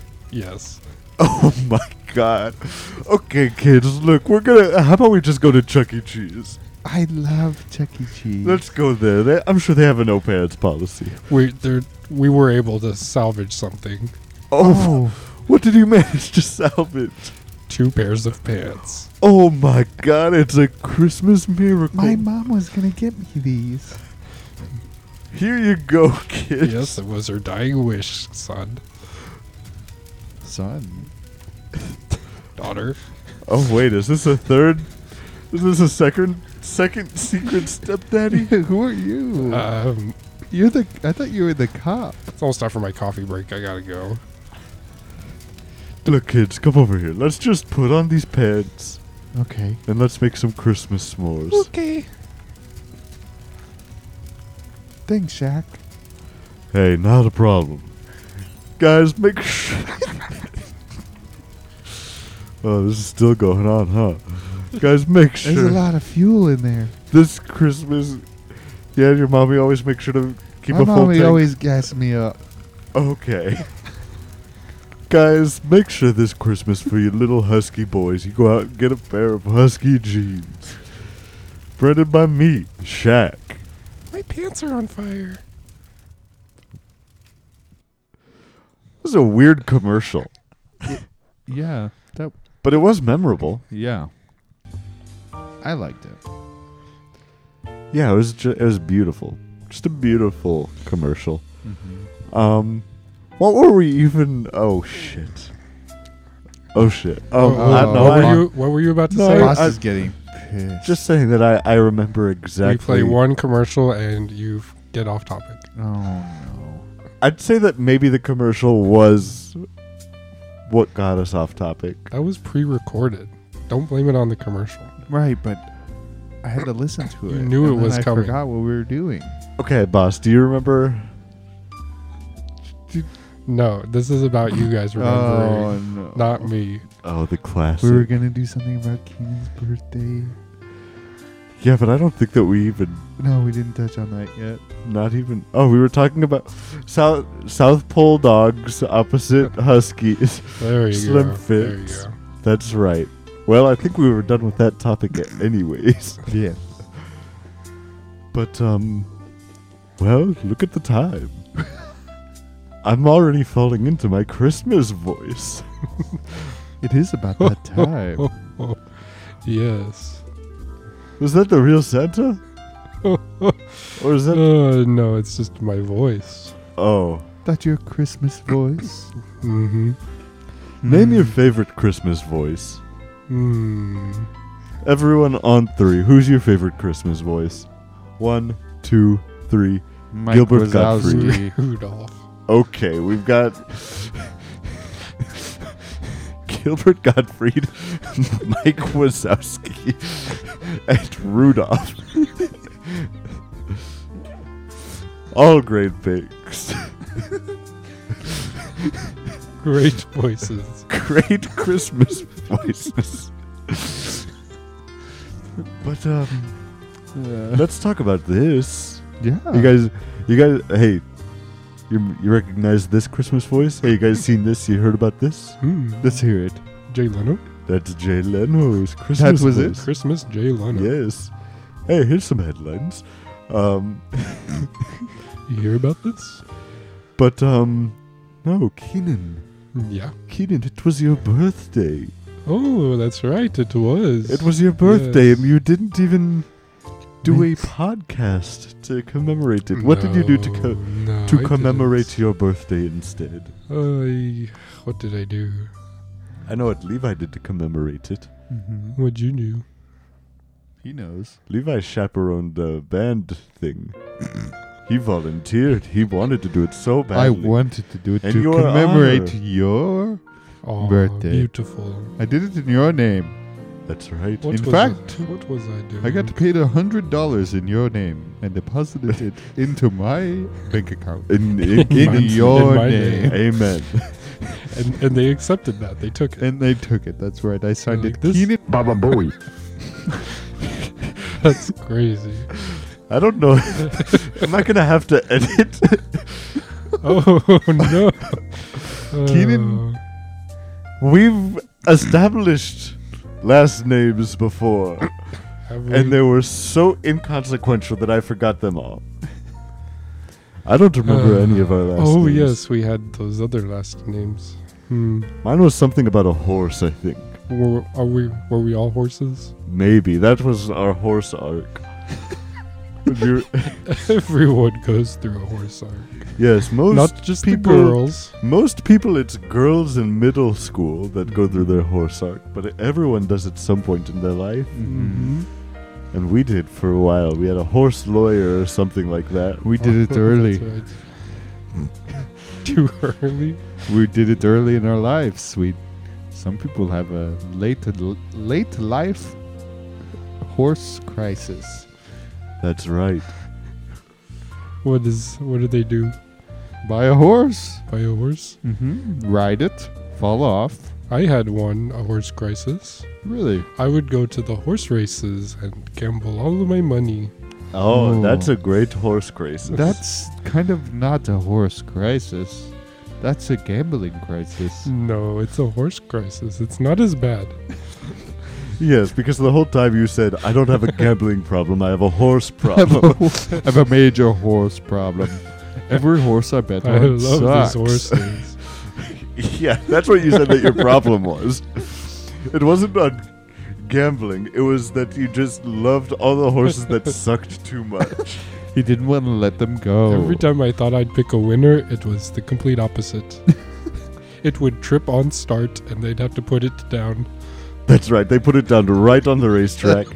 [SPEAKER 5] Yes.
[SPEAKER 1] oh my god. Okay, kids, look, we're gonna. How about we just go to Chuck E. Cheese?
[SPEAKER 4] I love Chuck E. Cheese.
[SPEAKER 1] Let's go there. They, I'm sure they have a no pants policy.
[SPEAKER 5] We, there, we were able to salvage something.
[SPEAKER 1] Oh, what did you manage to salvage?
[SPEAKER 5] Two pairs of pants.
[SPEAKER 1] Oh my god, it's a Christmas miracle.
[SPEAKER 4] my mom was gonna get me these.
[SPEAKER 1] Here you go, kids.
[SPEAKER 5] Yes, it was her dying wish, son.
[SPEAKER 4] Son,
[SPEAKER 5] Daughter.
[SPEAKER 1] Oh wait, is this a third? Is this a second? Second secret stepdaddy?
[SPEAKER 4] who are you?
[SPEAKER 5] Um,
[SPEAKER 4] You're the. I thought you were the cop.
[SPEAKER 5] it's almost time for my coffee break. I gotta go.
[SPEAKER 1] Look, kids, come over here. Let's just put on these pants
[SPEAKER 4] Okay.
[SPEAKER 1] and let's make some Christmas s'mores.
[SPEAKER 5] Okay.
[SPEAKER 4] Thanks, Shaq.
[SPEAKER 1] Hey, not a problem. Guys, make sure. oh, this is still going on, huh? Guys, make
[SPEAKER 4] There's a
[SPEAKER 1] sure
[SPEAKER 4] lot of fuel in there.
[SPEAKER 1] this Christmas. Yeah, your mommy always make sure to keep
[SPEAKER 4] my
[SPEAKER 1] a full
[SPEAKER 4] mommy
[SPEAKER 1] tank.
[SPEAKER 4] always gassed me up.
[SPEAKER 1] Okay. Guys, make sure this Christmas for you little husky boys, you go out and get a pair of husky jeans. Printed by me, Shaq.
[SPEAKER 5] My pants are on fire.
[SPEAKER 1] This is a weird commercial,
[SPEAKER 4] Yeah. That.
[SPEAKER 1] but it was memorable.
[SPEAKER 4] Yeah. I liked it.
[SPEAKER 1] Yeah, it was ju- it was beautiful. Just a beautiful commercial.
[SPEAKER 4] Mm-hmm.
[SPEAKER 1] Um, what were we even? Oh shit! Oh shit! Oh,
[SPEAKER 5] Oh,
[SPEAKER 1] I,
[SPEAKER 5] oh,
[SPEAKER 1] no,
[SPEAKER 5] what,
[SPEAKER 1] I,
[SPEAKER 5] were you, what were you about to
[SPEAKER 1] No,
[SPEAKER 5] say?
[SPEAKER 1] I-
[SPEAKER 4] Boss
[SPEAKER 1] I-
[SPEAKER 4] is getting pissed.
[SPEAKER 1] just saying that I, I remember
[SPEAKER 5] We
[SPEAKER 1] exactly.
[SPEAKER 5] play one commercial and you f- get off topic.
[SPEAKER 4] Oh no.
[SPEAKER 1] I'd say that maybe the commercial was what got us off topic.
[SPEAKER 5] That was pre-recorded. Don't blame it on the commercial.
[SPEAKER 4] Right, but I had to listen to it.
[SPEAKER 5] You knew
[SPEAKER 4] and
[SPEAKER 5] it
[SPEAKER 4] then
[SPEAKER 5] was
[SPEAKER 4] I
[SPEAKER 5] coming.
[SPEAKER 4] forgot what we were doing.
[SPEAKER 1] Okay, boss, do you remember?
[SPEAKER 5] No, this is about you guys remembering,
[SPEAKER 4] Oh, no.
[SPEAKER 5] not me.
[SPEAKER 1] Oh, the classic.
[SPEAKER 4] we were gonna do something about Keenan's birthday.
[SPEAKER 1] yeah, but I don't think that we even
[SPEAKER 4] No, we didn't touch on that yet.
[SPEAKER 1] Not even. Oh, we were talking about South South Pole dogs opposite huskies.
[SPEAKER 5] There you
[SPEAKER 1] Slim
[SPEAKER 5] go.
[SPEAKER 1] fits.
[SPEAKER 5] There you
[SPEAKER 1] That's right. Well, I think we were done with that topic, a- anyways.
[SPEAKER 4] Yeah.
[SPEAKER 1] But um, well, look at the time. I'm already falling into my Christmas voice.
[SPEAKER 4] It is about that time.
[SPEAKER 5] yes.
[SPEAKER 1] Was that the real Santa? Or is that.
[SPEAKER 5] Uh, no, it's just my voice.
[SPEAKER 1] Oh.
[SPEAKER 4] That your Christmas voice.
[SPEAKER 5] Mm-hmm.
[SPEAKER 1] Name
[SPEAKER 4] Hmm.
[SPEAKER 5] Hmm.
[SPEAKER 1] your favorite Christmas voice.
[SPEAKER 5] Mm.
[SPEAKER 1] Everyone on three, who's your favorite Christmas voice? One, two, three.
[SPEAKER 4] Mike
[SPEAKER 1] Gilbert
[SPEAKER 4] Wazowski.
[SPEAKER 5] Rudolph.
[SPEAKER 1] Okay, we've got Gilbert Gottfried, Mike Wazowski, and Rudolph. All great picks.
[SPEAKER 5] Great voices.
[SPEAKER 1] Great Christmas voices. but um, let's talk about this.
[SPEAKER 4] Yeah.
[SPEAKER 1] You guys, you guys, hey, you, you recognize this Christmas voice? Hey, you guys seen this? You heard about this?
[SPEAKER 5] Mm.
[SPEAKER 4] let's hear it.
[SPEAKER 5] Jay Leno.
[SPEAKER 1] That's Jay Leno's Christmas
[SPEAKER 4] was it?
[SPEAKER 1] voice.
[SPEAKER 5] Christmas Jay Leno.
[SPEAKER 1] Yes. Hey, here's some headlines. Um,
[SPEAKER 5] You hear about this?
[SPEAKER 1] but um, no, Keenan,
[SPEAKER 5] Yeah.
[SPEAKER 1] Keenan, it was your birthday.
[SPEAKER 5] Oh, that's right. It was.
[SPEAKER 1] It was your birthday,
[SPEAKER 5] Yes.
[SPEAKER 1] and you didn't even do a podcast to commemorate it. What did you do to
[SPEAKER 5] No,
[SPEAKER 1] co-
[SPEAKER 5] no, I
[SPEAKER 1] to
[SPEAKER 5] didn't.
[SPEAKER 1] commemorate your birthday instead?
[SPEAKER 5] I, what did I do?
[SPEAKER 1] I know what Levi did to commemorate it.
[SPEAKER 4] Mm-hmm.
[SPEAKER 5] What'd you do?
[SPEAKER 4] He knows.
[SPEAKER 1] Levi chaperoned the band thing. he volunteered. He wanted to do it so badly.
[SPEAKER 4] I wanted to do it
[SPEAKER 1] And
[SPEAKER 4] to
[SPEAKER 1] your
[SPEAKER 4] commemorate
[SPEAKER 1] honor.
[SPEAKER 4] your.
[SPEAKER 5] Oh,
[SPEAKER 4] Birthday.
[SPEAKER 5] Beautiful.
[SPEAKER 4] I did it in your name.
[SPEAKER 1] That's right.
[SPEAKER 5] What
[SPEAKER 4] In
[SPEAKER 5] was
[SPEAKER 4] fact,
[SPEAKER 5] I, what was I doing?
[SPEAKER 4] I got paid a hundred dollars in your name and deposited it into my bank account.
[SPEAKER 1] In, in,
[SPEAKER 4] In
[SPEAKER 1] in-
[SPEAKER 4] your
[SPEAKER 5] my
[SPEAKER 4] name.
[SPEAKER 5] name.
[SPEAKER 1] Amen.
[SPEAKER 5] and, and they accepted that. They took it.
[SPEAKER 4] And they took it. That's right. I signed
[SPEAKER 5] Like
[SPEAKER 4] it.
[SPEAKER 5] this?
[SPEAKER 4] Keenan
[SPEAKER 7] Baba Booey.
[SPEAKER 5] That's crazy.
[SPEAKER 1] I don't know. Am I gonna have to edit?
[SPEAKER 5] Oh no.
[SPEAKER 4] Keenan?
[SPEAKER 5] Oh,
[SPEAKER 1] We've established last names before,
[SPEAKER 5] have we-
[SPEAKER 1] and they were so inconsequential that I forgot them all. I don't remember
[SPEAKER 5] Uh,
[SPEAKER 1] any of our last
[SPEAKER 5] Oh
[SPEAKER 1] names.
[SPEAKER 5] yes, we had those other last names. Hmm.
[SPEAKER 1] Mine was something about a horse, I think.
[SPEAKER 5] Were, are we were we all horses?
[SPEAKER 1] Maybe. That was our horse arc. You're-
[SPEAKER 5] Everyone goes through a horse arc.
[SPEAKER 1] yes, most
[SPEAKER 5] Not just
[SPEAKER 1] people
[SPEAKER 5] the girls.
[SPEAKER 1] Most people, it's girls in middle school that go through their horse arc, but everyone does at some point in their life.
[SPEAKER 5] Mm-hmm.
[SPEAKER 1] And we did for a while. We had a horse lawyer or something like that.
[SPEAKER 4] We did it early.
[SPEAKER 5] Too early.
[SPEAKER 4] We did it early in our lives. We, some people have a late late life horse crisis.
[SPEAKER 1] That's right.
[SPEAKER 5] What is? What do they do?
[SPEAKER 4] Buy a horse,
[SPEAKER 5] Buy a horse?
[SPEAKER 4] mm-hmm. ride it, fall off.
[SPEAKER 5] I had one a horse crisis.
[SPEAKER 4] Really?
[SPEAKER 5] I would go to the horse races and gamble all of my money.
[SPEAKER 1] Oh,
[SPEAKER 4] Oh.
[SPEAKER 1] that's a great horse crisis.
[SPEAKER 4] That's kind of not a horse crisis. That's a gambling crisis.
[SPEAKER 5] No, it's a horse crisis. It's not as bad.
[SPEAKER 1] yes, because the whole time you said, "I don't have a gambling problem. I have a horse
[SPEAKER 4] I have,
[SPEAKER 1] problem."
[SPEAKER 4] a, I have a major horse problem. Every horse I bet
[SPEAKER 5] I
[SPEAKER 4] on
[SPEAKER 5] love
[SPEAKER 4] sucks.
[SPEAKER 5] these horses.
[SPEAKER 1] yeah, that's what you said that your problem was. It wasn't on gambling. It was that you just loved all the horses that sucked too much.
[SPEAKER 4] He didn't want to let them go.
[SPEAKER 5] Every time I thought I'd pick a winner, it was the complete opposite. it would trip on start and they'd have to put it down.
[SPEAKER 1] That's right. They put it down right on the racetrack.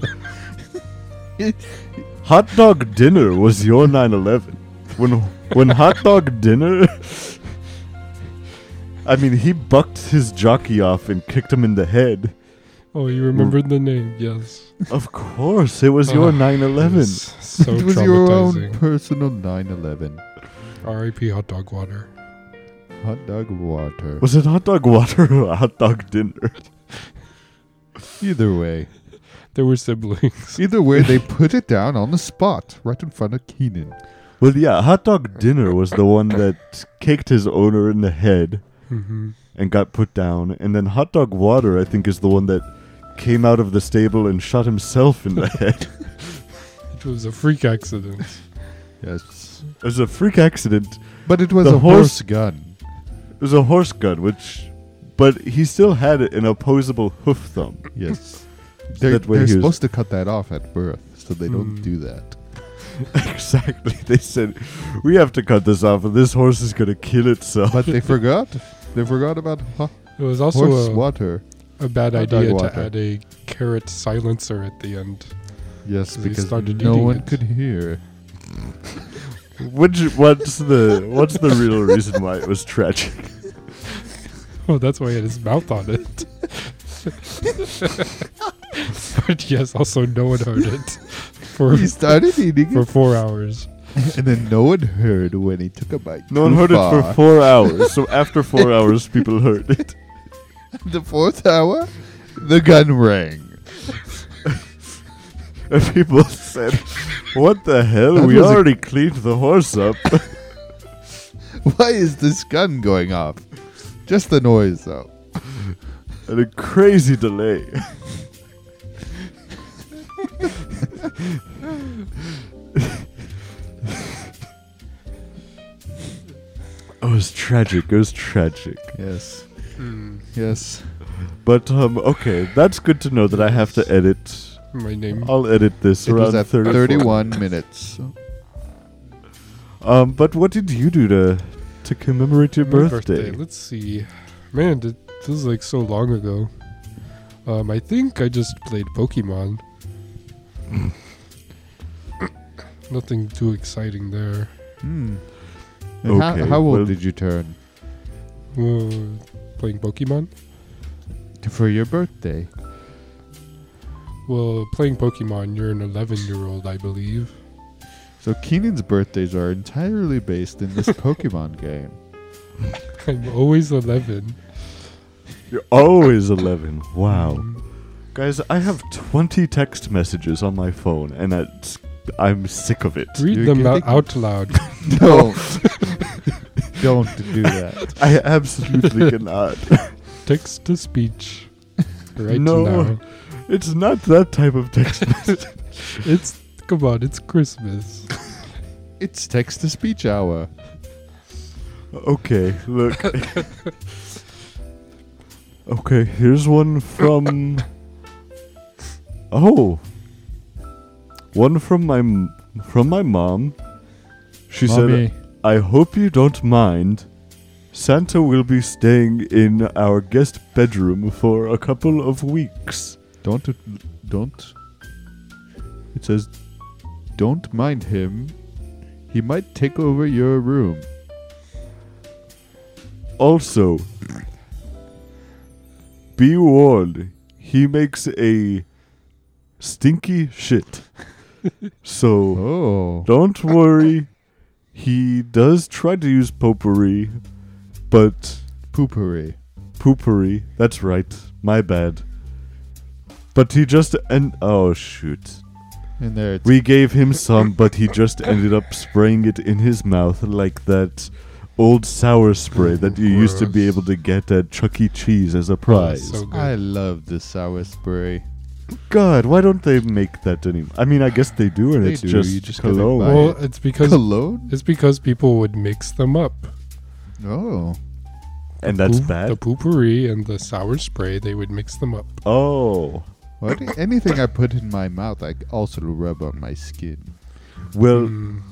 [SPEAKER 1] hot dog dinner was your 911. When when hot dog dinner I mean, he bucked his jockey off and kicked him in the head.
[SPEAKER 5] Oh, you remembered the name, yes.
[SPEAKER 1] Of course, it was your
[SPEAKER 5] Ah,
[SPEAKER 1] 911.
[SPEAKER 5] It's So
[SPEAKER 4] it was your own
[SPEAKER 5] traumatizing.
[SPEAKER 4] personal 9/11
[SPEAKER 5] R.I.P. hot dog water.
[SPEAKER 4] hot dog water.
[SPEAKER 1] Was it hot dog water or hot dog dinner?
[SPEAKER 4] Either way,
[SPEAKER 5] They were siblings.
[SPEAKER 4] either way, they put it down on the spot, right in front of Keenan.
[SPEAKER 1] Well, yeah, hot dog dinner was the one that kicked his owner in the head
[SPEAKER 5] hmm
[SPEAKER 1] and got put down, and then hot dog water, I think, is the one that came out of the stable and shot himself in the head.
[SPEAKER 5] It was a freak accident.
[SPEAKER 4] Yes,
[SPEAKER 1] It was a freak accident
[SPEAKER 4] But it was
[SPEAKER 1] The
[SPEAKER 4] a
[SPEAKER 1] horse-
[SPEAKER 4] horse gun.
[SPEAKER 1] It was a horse gun, which, but he still had an opposable hoof thumb.
[SPEAKER 4] Yes. They're,
[SPEAKER 1] That way
[SPEAKER 4] they're
[SPEAKER 1] he was-
[SPEAKER 4] supposed to cut that off at birth, so they don't
[SPEAKER 5] Hmm.
[SPEAKER 4] do that.
[SPEAKER 1] exactly. They said, "We have to cut this off, or this horse is gonna kill itself."
[SPEAKER 4] But they forgot. They forgot about ho-
[SPEAKER 5] It was also
[SPEAKER 1] uh,
[SPEAKER 4] horse
[SPEAKER 5] a,
[SPEAKER 4] water.
[SPEAKER 5] a bad
[SPEAKER 4] hot dog
[SPEAKER 5] idea to
[SPEAKER 4] water.
[SPEAKER 5] add a carrot silencer at the end.
[SPEAKER 4] Yes,
[SPEAKER 5] So they
[SPEAKER 4] because
[SPEAKER 5] started
[SPEAKER 4] no
[SPEAKER 5] eating
[SPEAKER 4] one
[SPEAKER 5] it.
[SPEAKER 4] could hear.
[SPEAKER 1] Which what's the what's the real reason why it was tragic?
[SPEAKER 5] Well, that's why he had his mouth on it. but yes, also no one heard it for
[SPEAKER 4] He started eating
[SPEAKER 5] for
[SPEAKER 4] it,
[SPEAKER 5] four hours.
[SPEAKER 4] and then no one heard when he took a bite.
[SPEAKER 1] No one
[SPEAKER 4] too
[SPEAKER 1] heard it for
[SPEAKER 4] far.
[SPEAKER 1] four hours. So after four hours, people heard it.
[SPEAKER 4] the fourth hour. The gun rang.
[SPEAKER 1] And people said, "What the hell?
[SPEAKER 4] That
[SPEAKER 1] we
[SPEAKER 4] was a-
[SPEAKER 1] already cleaned the horse up."
[SPEAKER 4] Why is this gun going off? Just the noise, though.
[SPEAKER 1] and a crazy delay. it was Oh, tragic. It was tragic.
[SPEAKER 4] Yes. Yes.
[SPEAKER 1] But um, okay, that's good to know that I have to edit.
[SPEAKER 5] My name.
[SPEAKER 1] I'll edit this
[SPEAKER 4] It was
[SPEAKER 1] around
[SPEAKER 4] at
[SPEAKER 1] 34.
[SPEAKER 4] 31 minutes.
[SPEAKER 1] Um, but what did you do to to commemorate your
[SPEAKER 5] my
[SPEAKER 1] birthday?
[SPEAKER 5] Let's see. Man, it feels like so long ago. Um, I think I just played Pokemon. Nothing too exciting there.
[SPEAKER 4] Hmm. And how,
[SPEAKER 1] Okay,
[SPEAKER 4] how old
[SPEAKER 1] well-
[SPEAKER 4] did you turn
[SPEAKER 5] Uh, playing Pokemon?
[SPEAKER 4] for your birthday?
[SPEAKER 5] Well, playing Pokemon, you're an 11 year old, I believe.
[SPEAKER 4] So Keenan's birthdays are entirely based in this Pokemon game.
[SPEAKER 5] I'm always 11.
[SPEAKER 1] You're always 11. Wow. Guys, I have 20 text messages on my phone, and that's, I'm sick of it.
[SPEAKER 5] Read
[SPEAKER 4] You're
[SPEAKER 5] them out,
[SPEAKER 4] kidding?
[SPEAKER 5] out loud.
[SPEAKER 4] Don't. Don't do that.
[SPEAKER 1] I absolutely cannot.
[SPEAKER 5] Text to speech. Right
[SPEAKER 1] No.
[SPEAKER 5] now.
[SPEAKER 1] It's not that type of text message.
[SPEAKER 5] It's come on, it's Christmas.
[SPEAKER 4] It's text to speech hour.
[SPEAKER 1] Okay, look. okay, here's one from. Oh, one from my m- from my mom. She
[SPEAKER 4] Mommy,
[SPEAKER 1] said, "I hope you don't mind. Santa will be staying in our guest bedroom for a couple of weeks."
[SPEAKER 4] don't don't It says don't mind him. He might take over your room.
[SPEAKER 1] Also, be warned, he makes a stinky shit. so
[SPEAKER 4] Oh.
[SPEAKER 1] Don't worry. He does try to use potpourri, but
[SPEAKER 4] Poopery.
[SPEAKER 1] poopery. That's right. My bad. But he just and oh shoot.
[SPEAKER 4] And there it's
[SPEAKER 1] We gave him some, but he just ended up spraying it in his mouth like that old sour spray that you used to be able to get at Chuck E. Cheese as a prize.
[SPEAKER 5] So good.
[SPEAKER 4] I love the sour spray.
[SPEAKER 1] God, why don't they make that anymore? I mean, I guess they do, and
[SPEAKER 4] They
[SPEAKER 1] it's
[SPEAKER 4] do,
[SPEAKER 1] just,
[SPEAKER 4] you just gotta
[SPEAKER 1] cologne.
[SPEAKER 4] buy
[SPEAKER 5] well, it's because
[SPEAKER 4] Cologne?
[SPEAKER 5] it's because people would mix them up.
[SPEAKER 4] Oh.
[SPEAKER 1] and that's
[SPEAKER 5] Poop- The
[SPEAKER 1] bad.
[SPEAKER 5] poopery and the sour spray, they would mix them up.
[SPEAKER 1] Oh.
[SPEAKER 4] What? Anything I put in my mouth, I also rub on my skin.
[SPEAKER 1] Well,
[SPEAKER 4] Hmm.
[SPEAKER 5] Mm.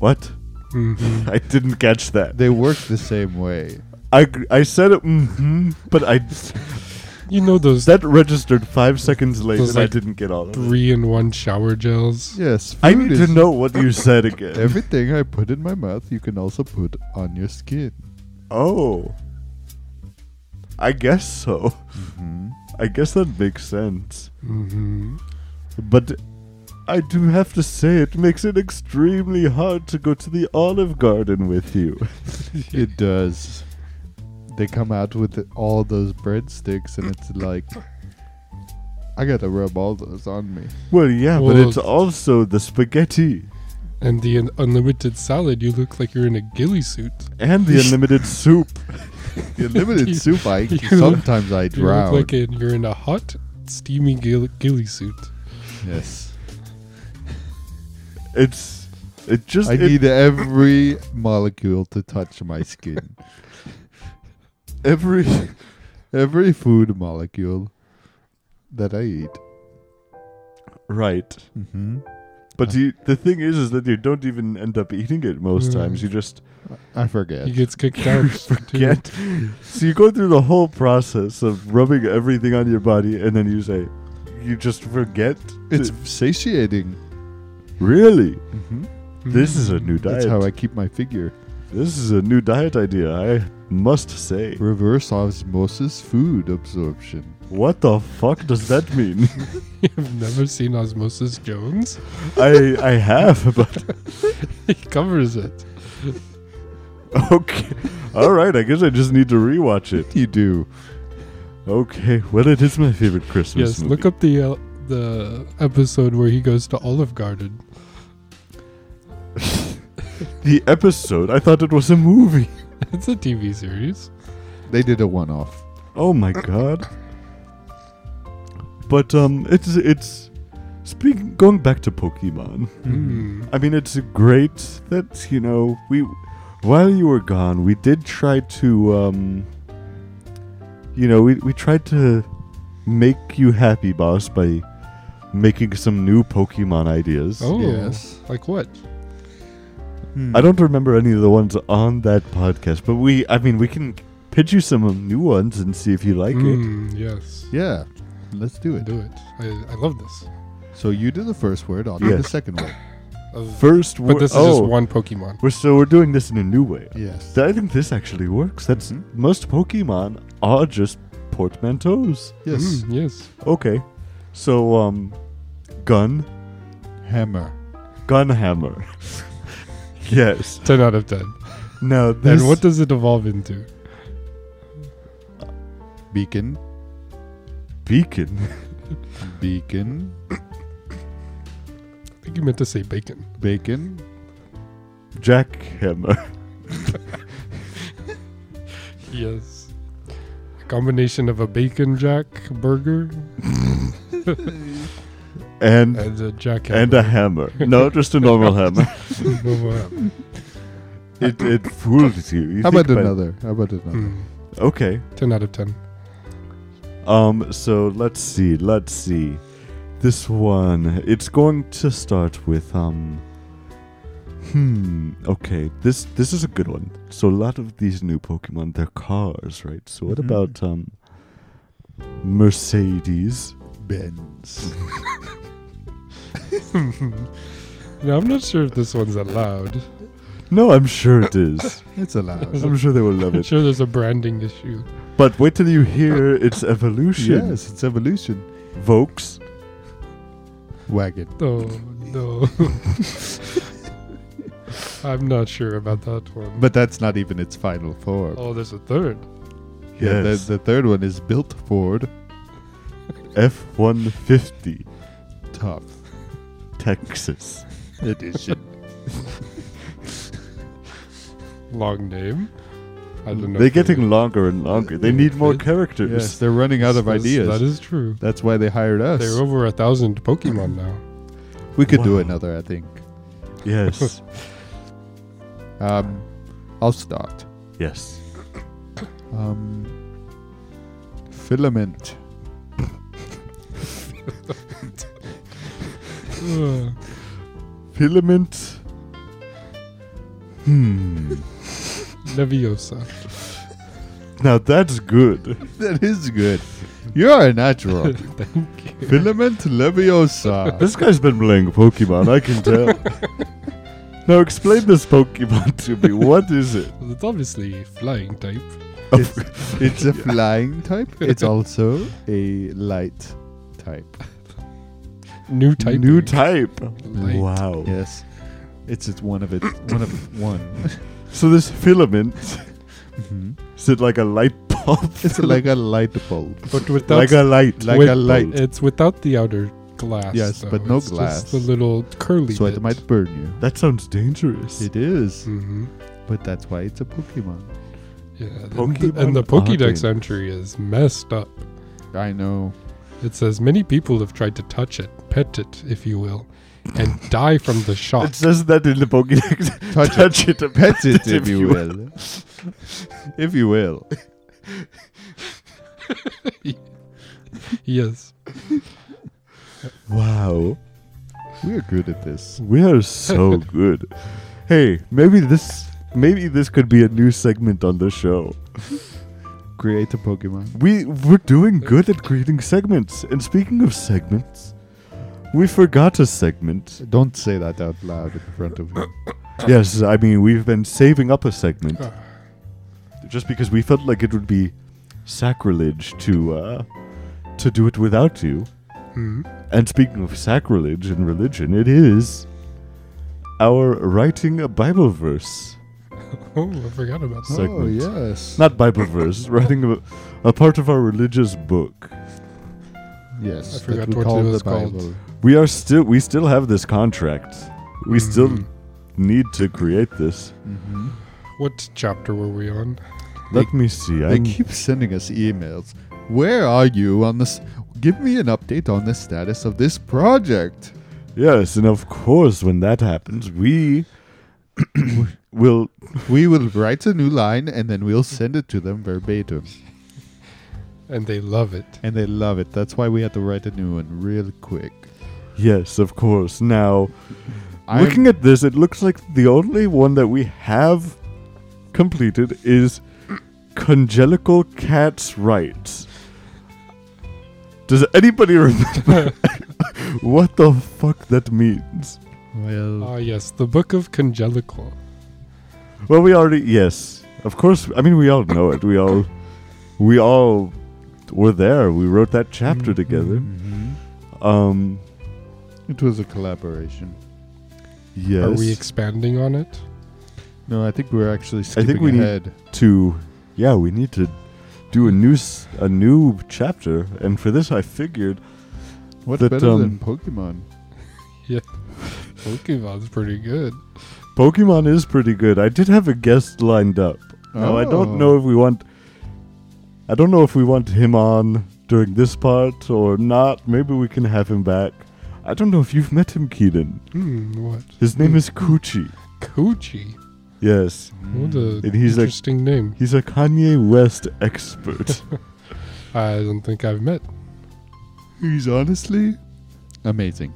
[SPEAKER 1] what?
[SPEAKER 5] Mhm.
[SPEAKER 1] I didn't catch that.
[SPEAKER 4] They work the same way.
[SPEAKER 1] I, gr- I said it, hmm but I
[SPEAKER 5] You know those
[SPEAKER 1] that registered five seconds late,
[SPEAKER 5] Those,
[SPEAKER 1] and I
[SPEAKER 5] like,
[SPEAKER 1] didn't get all of it.
[SPEAKER 5] three in one shower gels?
[SPEAKER 4] Yes.
[SPEAKER 1] I
[SPEAKER 4] food
[SPEAKER 1] need to
[SPEAKER 4] is-
[SPEAKER 1] know what you said again.
[SPEAKER 4] Everything I put in my mouth, you can also put on your skin.
[SPEAKER 1] oh, I guess so.
[SPEAKER 4] Mm-hmm.
[SPEAKER 1] I guess that makes sense.
[SPEAKER 5] hmm
[SPEAKER 1] But I do have to say, it makes it extremely hard to go to the Olive Garden with you.
[SPEAKER 4] It does. They come out with all those breadsticks, and it's like, I gotta rub all those on me.
[SPEAKER 1] Well, yeah, but
[SPEAKER 5] Well-
[SPEAKER 1] it's also the spaghetti
[SPEAKER 5] And the un- unlimited salad, you look like you're in a ghillie suit.
[SPEAKER 1] and the unlimited soup.
[SPEAKER 4] The limited soup, I
[SPEAKER 5] you-
[SPEAKER 4] sometimes I
[SPEAKER 5] You look
[SPEAKER 4] drown.
[SPEAKER 5] like a, you're in a hot, steamy gill- ghillie suit.
[SPEAKER 4] yes.
[SPEAKER 1] It's It just
[SPEAKER 4] I
[SPEAKER 1] it-
[SPEAKER 4] need every molecule to touch my skin.
[SPEAKER 1] every
[SPEAKER 4] every food molecule that I eat.
[SPEAKER 1] right.
[SPEAKER 4] Mm-hmm.
[SPEAKER 1] But you, the thing is, is that you don't even end up eating it most
[SPEAKER 5] Mm.
[SPEAKER 1] times. You just
[SPEAKER 4] I forget.
[SPEAKER 5] He gets kicked out. too.
[SPEAKER 1] forget. so you go through the whole process of rubbing everything on your body, and then you say, you just forget.
[SPEAKER 4] it's
[SPEAKER 1] to-
[SPEAKER 4] satiating.
[SPEAKER 1] really. This is a new diet.
[SPEAKER 4] That's how I keep my figure.
[SPEAKER 1] This is a new diet idea. I must say.
[SPEAKER 4] Reverse osmosis food absorption.
[SPEAKER 1] What the fuck does that mean?
[SPEAKER 5] You've never seen Osmosis Jones?
[SPEAKER 1] I I have, but
[SPEAKER 5] He covers it.
[SPEAKER 1] okay. All right, I guess I just need to rewatch it.
[SPEAKER 4] You do.
[SPEAKER 1] Okay, well, it is my favorite Christmas
[SPEAKER 5] yes,
[SPEAKER 1] movie.
[SPEAKER 5] look up the uh, the episode where he goes to Olive Garden.
[SPEAKER 1] the episode. I thought it was a movie.
[SPEAKER 5] It's a TV series.
[SPEAKER 4] They did a one off.
[SPEAKER 1] Oh my god. But um, it's it's speaking going back to Pokemon.
[SPEAKER 5] Mm.
[SPEAKER 1] I mean, it's great that you know we while you were gone, we did try to um, you know, we we tried to make you happy, boss, by making some new Pokemon ideas.
[SPEAKER 5] Oh, Hmm.
[SPEAKER 4] Yes.
[SPEAKER 5] like what?
[SPEAKER 1] I don't remember any of the ones on that podcast, but we I mean, we can pitch you some new ones and see if you like it.
[SPEAKER 5] Mm, yes.
[SPEAKER 4] Yeah. Let's do it.
[SPEAKER 5] Do it. I, I love this.
[SPEAKER 4] So you do the first word, I'll do the
[SPEAKER 1] Yes.
[SPEAKER 4] second word.
[SPEAKER 5] Of-
[SPEAKER 1] First,
[SPEAKER 5] but
[SPEAKER 1] wor-
[SPEAKER 5] this is
[SPEAKER 1] oh,
[SPEAKER 5] just one Pokemon.
[SPEAKER 1] We're so we're doing this in a new way.
[SPEAKER 4] Yes.
[SPEAKER 1] Th- I think this actually works. That's
[SPEAKER 4] Mhm.
[SPEAKER 1] most Pokemon are just portmanteaus.
[SPEAKER 4] yes.
[SPEAKER 5] Mm, yes.
[SPEAKER 1] Okay, so um, gun,
[SPEAKER 5] Hmm.
[SPEAKER 4] Hammer.
[SPEAKER 1] gun hammer. yes.
[SPEAKER 5] 10 out of 10.
[SPEAKER 1] Now this.
[SPEAKER 5] and what does it evolve into?
[SPEAKER 4] Beacon.
[SPEAKER 1] beacon?
[SPEAKER 4] Beacon.
[SPEAKER 5] I think you meant to say bacon.
[SPEAKER 4] Bacon.
[SPEAKER 1] Jackhammer.
[SPEAKER 5] Yes. A combination of a bacon jack burger
[SPEAKER 1] And
[SPEAKER 5] and a jack
[SPEAKER 1] and a hammer. No, just a normal hammer. It it fooled you. You
[SPEAKER 4] How
[SPEAKER 1] think
[SPEAKER 4] about another? How about another?
[SPEAKER 5] Hmm.
[SPEAKER 1] Okay.
[SPEAKER 5] 10 out of 10.
[SPEAKER 1] Um, so let's see, let's see. This one, it's going to start with um Hmm, okay. This this is a good one. So a lot of these new Pokemon, they're cars, right? So what
[SPEAKER 4] Mhm.
[SPEAKER 1] about um Mercedes?
[SPEAKER 4] Benz.
[SPEAKER 5] Now, I'm not sure if this one's allowed.
[SPEAKER 1] No, I'm sure it is.
[SPEAKER 4] it's allowed.
[SPEAKER 1] I'm sure they will love
[SPEAKER 5] I'm
[SPEAKER 1] it.
[SPEAKER 5] sure there's a branding issue.
[SPEAKER 1] But wait till you hear its evolution.
[SPEAKER 4] yes, it's evolution.
[SPEAKER 1] Vokes,
[SPEAKER 4] Wagon.
[SPEAKER 5] Oh, no. I'm not sure about that one.
[SPEAKER 4] But that's not even its final form.
[SPEAKER 5] oh, there's a third.
[SPEAKER 4] Yeah, the,
[SPEAKER 1] yes.
[SPEAKER 4] the third one is built Ford
[SPEAKER 1] F150
[SPEAKER 4] Tough
[SPEAKER 1] Texas.
[SPEAKER 4] Edition.
[SPEAKER 5] Long name. I don't know.
[SPEAKER 1] They're
[SPEAKER 5] if it
[SPEAKER 1] getting
[SPEAKER 5] is.
[SPEAKER 1] longer and longer. They need more characters.
[SPEAKER 4] yes, they're running out of
[SPEAKER 5] That's-
[SPEAKER 4] ideas.
[SPEAKER 5] That is true.
[SPEAKER 4] That's why they hired us.
[SPEAKER 5] There are over a thousand Pokemon now.
[SPEAKER 4] we could do
[SPEAKER 1] Wow.
[SPEAKER 4] another, I think.
[SPEAKER 1] Yes.
[SPEAKER 4] Um, I'll start.
[SPEAKER 1] yes.
[SPEAKER 4] Um, filament.
[SPEAKER 5] Uh,
[SPEAKER 1] Filament. Hmm.
[SPEAKER 5] Leviosa.
[SPEAKER 1] now that's good.
[SPEAKER 4] That is good. You're a natural.
[SPEAKER 5] Thank you.
[SPEAKER 4] filament Leviosa.
[SPEAKER 1] This guy's been playing Pokemon, I can tell. now explain this Pokemon to me. What is it?
[SPEAKER 5] Well, It's obviously flying type.
[SPEAKER 4] it's, it's a flying type. It's also a light type.
[SPEAKER 5] New type.
[SPEAKER 1] New type.
[SPEAKER 5] Light.
[SPEAKER 1] Wow.
[SPEAKER 4] Yes. It's, it's one of its one of one.
[SPEAKER 1] So this filament
[SPEAKER 4] Mm-hmm.
[SPEAKER 1] is it like a light bulb?
[SPEAKER 4] It's like a light bulb.
[SPEAKER 5] But without
[SPEAKER 1] like a light.
[SPEAKER 4] like
[SPEAKER 5] with-
[SPEAKER 4] a light.
[SPEAKER 5] It's without the outer glass.
[SPEAKER 4] Yes,
[SPEAKER 5] though.
[SPEAKER 4] but no
[SPEAKER 5] It's
[SPEAKER 4] glass.
[SPEAKER 5] Just the little curly.
[SPEAKER 4] So
[SPEAKER 5] bit.
[SPEAKER 4] it might burn you.
[SPEAKER 1] That sounds dangerous.
[SPEAKER 4] It is,
[SPEAKER 5] hmm
[SPEAKER 4] but that's why it's a Pokemon.
[SPEAKER 5] Yeah. and
[SPEAKER 1] Pokemon
[SPEAKER 5] the- and the
[SPEAKER 1] are
[SPEAKER 5] Pokédex
[SPEAKER 1] dangerous.
[SPEAKER 5] entry is messed up.
[SPEAKER 4] I know.
[SPEAKER 5] It says many people have tried to touch it, pet it, if you will. and die from the shock.
[SPEAKER 1] It says that in the Pokédex.
[SPEAKER 4] Touch it.
[SPEAKER 1] it. and
[SPEAKER 4] Pet it if you will. if you will.
[SPEAKER 5] yes.
[SPEAKER 1] Wow.
[SPEAKER 4] We are good at this.
[SPEAKER 1] We are so good. Hey, maybe this maybe this could be a new segment on the show.
[SPEAKER 4] Create a Pokemon.
[SPEAKER 1] We we're doing good at creating segments. And speaking of segments, we forgot a segment.
[SPEAKER 4] Don't say that out loud in front of him.
[SPEAKER 1] Yes, I mean we've been saving up a segment just because we felt like it would be sacrilege to uh, to do it without you.
[SPEAKER 5] Hmm.
[SPEAKER 1] And speaking of sacrilege and religion, it is our writing a Bible verse.
[SPEAKER 5] Oh, I forgot about that.
[SPEAKER 4] Oh,
[SPEAKER 1] Segment.
[SPEAKER 4] yes.
[SPEAKER 1] Not Bible verse, writing a, a part of our religious book.
[SPEAKER 4] yes.
[SPEAKER 5] I
[SPEAKER 4] that
[SPEAKER 5] forgot
[SPEAKER 4] we
[SPEAKER 5] what
[SPEAKER 4] call
[SPEAKER 5] it
[SPEAKER 4] the
[SPEAKER 5] was called.
[SPEAKER 4] Bible.
[SPEAKER 1] We are still we still have this contract. We still
[SPEAKER 5] Mhm.
[SPEAKER 1] need to create this.
[SPEAKER 4] Mm-hmm.
[SPEAKER 5] What chapter were we on?
[SPEAKER 1] Let me see.
[SPEAKER 4] They
[SPEAKER 1] I
[SPEAKER 4] keep sending us emails. Where are you on this? Give me an update on the status of this project.
[SPEAKER 1] yes, and of course when that happens, we will
[SPEAKER 4] We will write a new line and then we'll send it to them verbatim.
[SPEAKER 5] And they love it.
[SPEAKER 4] And they love it. That's why we had to write a new one real quick.
[SPEAKER 1] yes, of course. Now,
[SPEAKER 4] I'm-
[SPEAKER 1] Looking at this, it looks like the only one that we have completed is Congelical Cat's Rights. Does anybody remember what the fuck that means?
[SPEAKER 4] Well,
[SPEAKER 5] Ah, yes, the Book of Congelical.
[SPEAKER 1] Well, we already yes, of course. I mean, we all know it. We all, we all were there. We wrote that
[SPEAKER 5] Mm-hmm.
[SPEAKER 1] chapter together. Um,
[SPEAKER 4] Mm-hmm. it was a collaboration.
[SPEAKER 1] yes.
[SPEAKER 5] Are we expanding on it?
[SPEAKER 4] No, I think we're actually
[SPEAKER 1] think
[SPEAKER 4] skipping
[SPEAKER 1] we need-
[SPEAKER 4] ahead.
[SPEAKER 1] to yeah we need to do a new s- a new chapter and for this i figured
[SPEAKER 4] What's
[SPEAKER 1] that,
[SPEAKER 4] better
[SPEAKER 1] um,
[SPEAKER 4] than Pokemon?
[SPEAKER 5] Pokemon's pretty good.
[SPEAKER 1] pokemon is pretty good i did have a guest lined up now i
[SPEAKER 4] Oh.
[SPEAKER 1] don't know if we want i don't know if we want him on during this part or not maybe we can have him back i don't know if you've met him keaton
[SPEAKER 5] Hmm, what?
[SPEAKER 1] his name is coochie
[SPEAKER 5] Coochie.
[SPEAKER 1] yes
[SPEAKER 5] What a
[SPEAKER 1] And he's like-
[SPEAKER 5] interesting name.
[SPEAKER 1] he's a kanye west expert
[SPEAKER 5] I don't think I've met.
[SPEAKER 4] He's honestly amazing.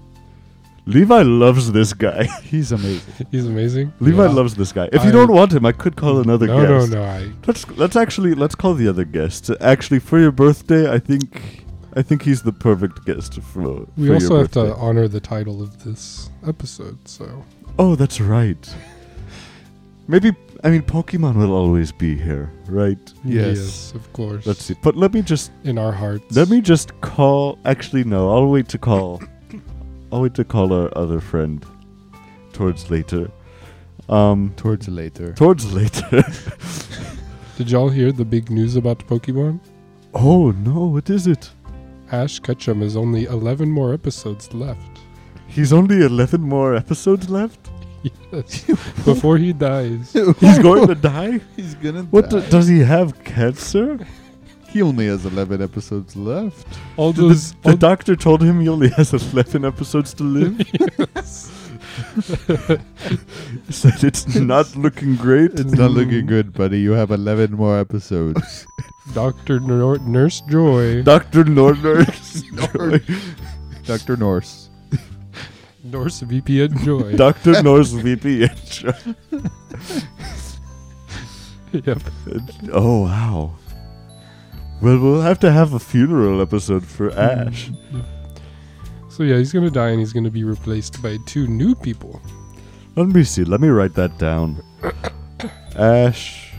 [SPEAKER 1] levi loves this guy
[SPEAKER 4] He's amazing.
[SPEAKER 5] He's amazing.
[SPEAKER 1] levi
[SPEAKER 5] Yeah.
[SPEAKER 1] loves this guy if you
[SPEAKER 5] I-
[SPEAKER 1] don't want him i could call another
[SPEAKER 5] No,
[SPEAKER 1] guest
[SPEAKER 5] no, no. I
[SPEAKER 1] Let's let's actually let's call the other guest. Actually, for your birthday, I think I think he's the perfect guest for.
[SPEAKER 5] we
[SPEAKER 1] for
[SPEAKER 5] also
[SPEAKER 1] your
[SPEAKER 5] have to
[SPEAKER 1] birthday.
[SPEAKER 5] honor the title of this episode, so
[SPEAKER 1] Oh, that's right. Maybe I mean Pokemon will always be here, right?
[SPEAKER 4] Yes.
[SPEAKER 5] of course.
[SPEAKER 1] Let's see. But let me just
[SPEAKER 5] In our hearts.
[SPEAKER 1] let me just call. Actually, no. I'll wait to call. I'll wait to call our other friend towards later. Um,
[SPEAKER 4] Towards later.
[SPEAKER 1] towards later.
[SPEAKER 5] Did y'all hear the big news about Pokemon?
[SPEAKER 1] oh no! What is it?
[SPEAKER 5] Ash Ketchum has only 11 more episodes left.
[SPEAKER 1] He's only eleven more episodes left.
[SPEAKER 5] Yes. Before he dies.
[SPEAKER 1] He's going to die.
[SPEAKER 4] He's gonna.
[SPEAKER 1] What
[SPEAKER 4] die.
[SPEAKER 1] the, does he have cancer?
[SPEAKER 4] He only has eleven episodes left.
[SPEAKER 5] All
[SPEAKER 1] The,
[SPEAKER 5] those
[SPEAKER 1] the doctor told him he only has 11 episodes to live. He said it's not looking great.
[SPEAKER 4] It's not
[SPEAKER 1] Hmm.
[SPEAKER 4] looking good, buddy. You have eleven more episodes.
[SPEAKER 5] Dr. Nor- Nurse Joy.
[SPEAKER 1] Dr. Norner.
[SPEAKER 4] Doctor Norse.
[SPEAKER 5] Nurse VPN Joy.
[SPEAKER 1] Dr. Nor's VP. intro.
[SPEAKER 5] yep.
[SPEAKER 1] oh, wow. Well, we'll have to have a funeral episode for
[SPEAKER 4] Hmm.
[SPEAKER 1] Ash.
[SPEAKER 5] So yeah, he's gonna die and he's gonna be replaced by two new people.
[SPEAKER 1] Let me see. Let me write that down. Ash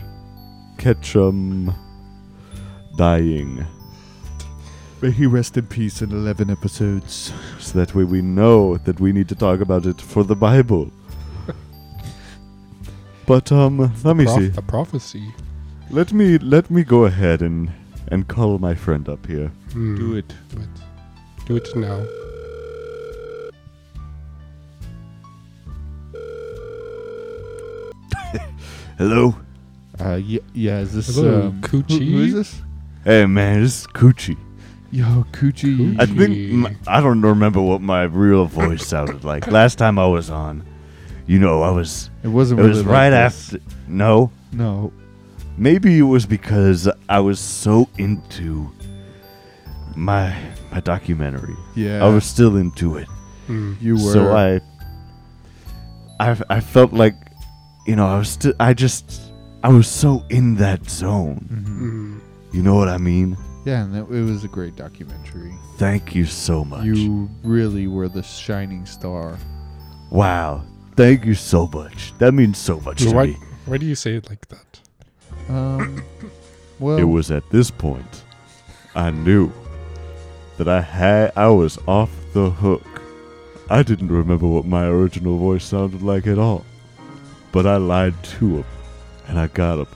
[SPEAKER 1] Ketchum dying.
[SPEAKER 4] May he rest in peace in eleven episodes.
[SPEAKER 1] So that way we know that we need to talk about it for the Bible. but um let me
[SPEAKER 5] Prof-
[SPEAKER 1] see.
[SPEAKER 5] A prophecy.
[SPEAKER 1] Let me let me go ahead and and call my friend up here.
[SPEAKER 5] Hmm.
[SPEAKER 4] Do it.
[SPEAKER 5] Do it. Do it now.
[SPEAKER 1] Hello?
[SPEAKER 4] Uh, yeah, yeah. Is this
[SPEAKER 5] Hello,
[SPEAKER 4] um,
[SPEAKER 5] Coochie.
[SPEAKER 4] Who, who is this?
[SPEAKER 1] Hey man, this is Coochie.
[SPEAKER 4] Yo, coochie.
[SPEAKER 1] I think my, I don't remember what my real voice sounded like. Last time I was on, you know, I was
[SPEAKER 4] It wasn't.
[SPEAKER 1] it
[SPEAKER 4] really
[SPEAKER 1] was
[SPEAKER 4] like
[SPEAKER 1] right
[SPEAKER 4] this.
[SPEAKER 1] after. No,
[SPEAKER 4] No,
[SPEAKER 1] maybe it was because I was so into my my documentary.
[SPEAKER 4] yeah,
[SPEAKER 1] I was still into it.
[SPEAKER 5] Mm,
[SPEAKER 4] You were.
[SPEAKER 1] So I, I, I felt like, you know, I was still. I just, I was so in that zone.
[SPEAKER 4] Mhm.
[SPEAKER 5] Mm.
[SPEAKER 1] You know what I mean?
[SPEAKER 4] Yeah, and that, it was a great documentary.
[SPEAKER 1] Thank you so much.
[SPEAKER 4] You really were the shining star.
[SPEAKER 1] Wow. Thank you so much. That means so much
[SPEAKER 5] So
[SPEAKER 1] to
[SPEAKER 5] why,
[SPEAKER 1] me.
[SPEAKER 5] why do you say it like that?
[SPEAKER 4] Um, well,
[SPEAKER 1] It was at this point I knew that I had I was off the hook. I didn't remember what my original voice sounded like at all. But I lied to him and I got him.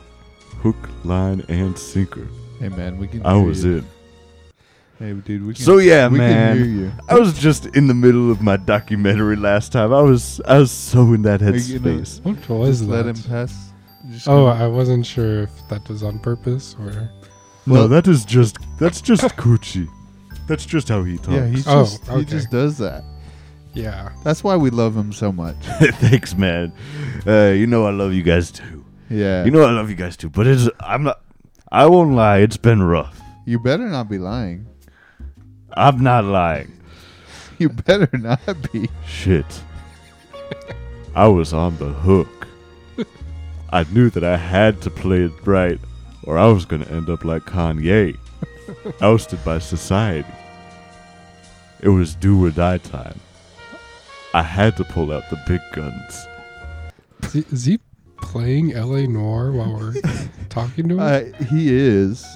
[SPEAKER 1] Hook, line, and sinker.
[SPEAKER 4] hey man, we can.
[SPEAKER 1] I
[SPEAKER 4] hear
[SPEAKER 1] was
[SPEAKER 4] you.
[SPEAKER 1] in.
[SPEAKER 4] Hey dude, we can.
[SPEAKER 1] So yeah,
[SPEAKER 4] we
[SPEAKER 1] man.
[SPEAKER 4] can hear you.
[SPEAKER 1] I was just in the middle of my documentary last time. I was I was so in that
[SPEAKER 4] Are you gonna-
[SPEAKER 1] headspace.
[SPEAKER 5] What was
[SPEAKER 4] Just
[SPEAKER 5] that?
[SPEAKER 4] let him pass. Just
[SPEAKER 5] Oh,
[SPEAKER 4] gonna-
[SPEAKER 5] I wasn't sure if that was on purpose or.
[SPEAKER 1] No, that is just that's just coochie. That's just how he talks.
[SPEAKER 4] yeah, he's
[SPEAKER 5] Oh,
[SPEAKER 4] just he
[SPEAKER 5] okay.
[SPEAKER 4] just does that.
[SPEAKER 5] Yeah.
[SPEAKER 4] That's why we love him so much.
[SPEAKER 1] Thanks, man. Uh, you know I love you guys too.
[SPEAKER 4] Yeah,
[SPEAKER 1] You know I love you guys too. But it's I'm not. I won't lie. It's been rough.
[SPEAKER 4] you better not be lying.
[SPEAKER 1] I'm not lying.
[SPEAKER 4] You better not be.
[SPEAKER 1] Shit. I was on the hook. I knew that I had to play it right, or I was gonna end up like Kanye, ousted by society. It was do or die time. I had to pull out the big guns.
[SPEAKER 5] Is he, is he playing LA Noir while we're talking to him?
[SPEAKER 4] Uh, he is,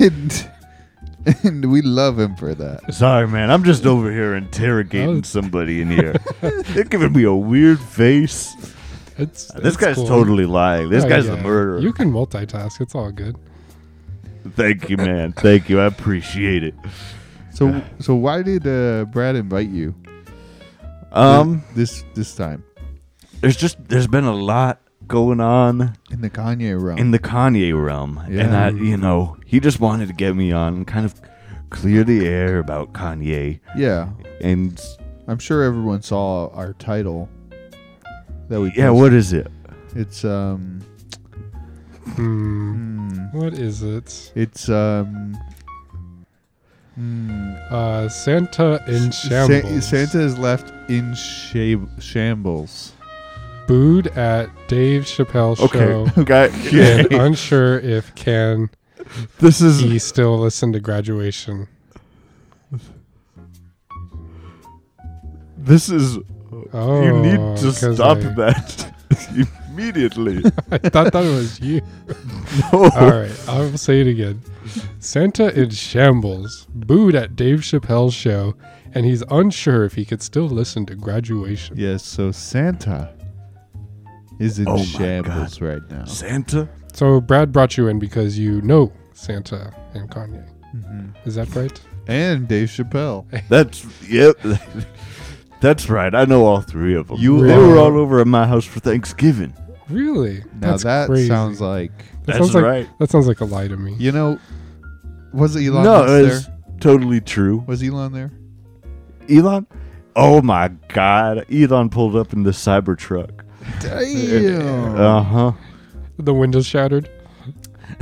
[SPEAKER 4] and, and we love him for that.
[SPEAKER 1] Sorry, man. I'm just over here interrogating
[SPEAKER 5] Oh.
[SPEAKER 1] somebody in here. They're giving me a weird face.
[SPEAKER 5] it's,
[SPEAKER 1] this
[SPEAKER 5] it's
[SPEAKER 1] guy's
[SPEAKER 5] cool.
[SPEAKER 1] totally lying. This
[SPEAKER 5] Oh,
[SPEAKER 1] guy's
[SPEAKER 5] yeah.
[SPEAKER 1] the murderer.
[SPEAKER 5] You can multitask. It's all good.
[SPEAKER 1] Thank you, man. Thank you. I appreciate it.
[SPEAKER 4] So so why did uh, Brad invite you?
[SPEAKER 1] Um,
[SPEAKER 4] this this time
[SPEAKER 1] there's just there's been a lot going on
[SPEAKER 4] in the Kanye
[SPEAKER 5] Oh.
[SPEAKER 4] realm.
[SPEAKER 1] in the Kanye realm, and
[SPEAKER 4] Yeah.
[SPEAKER 1] I, you know, he just wanted to get me on and kind of clear the air about Kanye,
[SPEAKER 4] yeah,
[SPEAKER 1] and
[SPEAKER 4] I'm sure everyone saw our title that we.
[SPEAKER 1] yeah,
[SPEAKER 4] posted.
[SPEAKER 1] what is it?
[SPEAKER 4] It's um.
[SPEAKER 5] Hmm.
[SPEAKER 1] Mm.
[SPEAKER 4] hmm,
[SPEAKER 5] What is it?
[SPEAKER 4] It's um. hmm,
[SPEAKER 5] Uh, Santa in
[SPEAKER 4] Sa-
[SPEAKER 5] shambles.
[SPEAKER 4] Santa is left in shab- shambles.
[SPEAKER 5] booed at Dave Chappelle show
[SPEAKER 1] Okay, guy,
[SPEAKER 5] and
[SPEAKER 1] okay.
[SPEAKER 5] unsure if can
[SPEAKER 1] this is
[SPEAKER 5] he still listen to graduation.
[SPEAKER 1] this is
[SPEAKER 5] Oh,
[SPEAKER 1] you need to
[SPEAKER 5] 'cause
[SPEAKER 1] stop
[SPEAKER 5] I, Uh,
[SPEAKER 1] that immediately. Oh,
[SPEAKER 5] I thought that was you.
[SPEAKER 1] no.
[SPEAKER 5] All right, I'll say it again. Santa in shambles, booed at Dave Chappelle's show, and he's unsure if he could still listen to graduation.
[SPEAKER 4] Yes, so Santa is in
[SPEAKER 1] Oh my
[SPEAKER 4] shambles right now.
[SPEAKER 1] Santa?
[SPEAKER 5] So Brad brought you in because you know Santa and Kanye.
[SPEAKER 4] Mhm.
[SPEAKER 5] Is that right?
[SPEAKER 4] And Dave Chappelle.
[SPEAKER 1] That's yep. That's right. I know all three of them.
[SPEAKER 4] You
[SPEAKER 1] they were
[SPEAKER 5] are-
[SPEAKER 1] all over at my house for Thanksgiving.
[SPEAKER 5] Really?
[SPEAKER 4] Now that sounds like
[SPEAKER 5] that
[SPEAKER 1] That's
[SPEAKER 5] sounds like
[SPEAKER 1] right.
[SPEAKER 5] that sounds like a lie to me.
[SPEAKER 4] you know was it Elon
[SPEAKER 1] no,
[SPEAKER 4] Musk
[SPEAKER 1] it's
[SPEAKER 4] there?
[SPEAKER 1] totally true.
[SPEAKER 4] Was Elon there?
[SPEAKER 1] Elon? Oh my God! Elon pulled up in the Cybertruck.
[SPEAKER 5] Oh.
[SPEAKER 4] Damn.
[SPEAKER 1] Uh huh.
[SPEAKER 5] The windows shattered.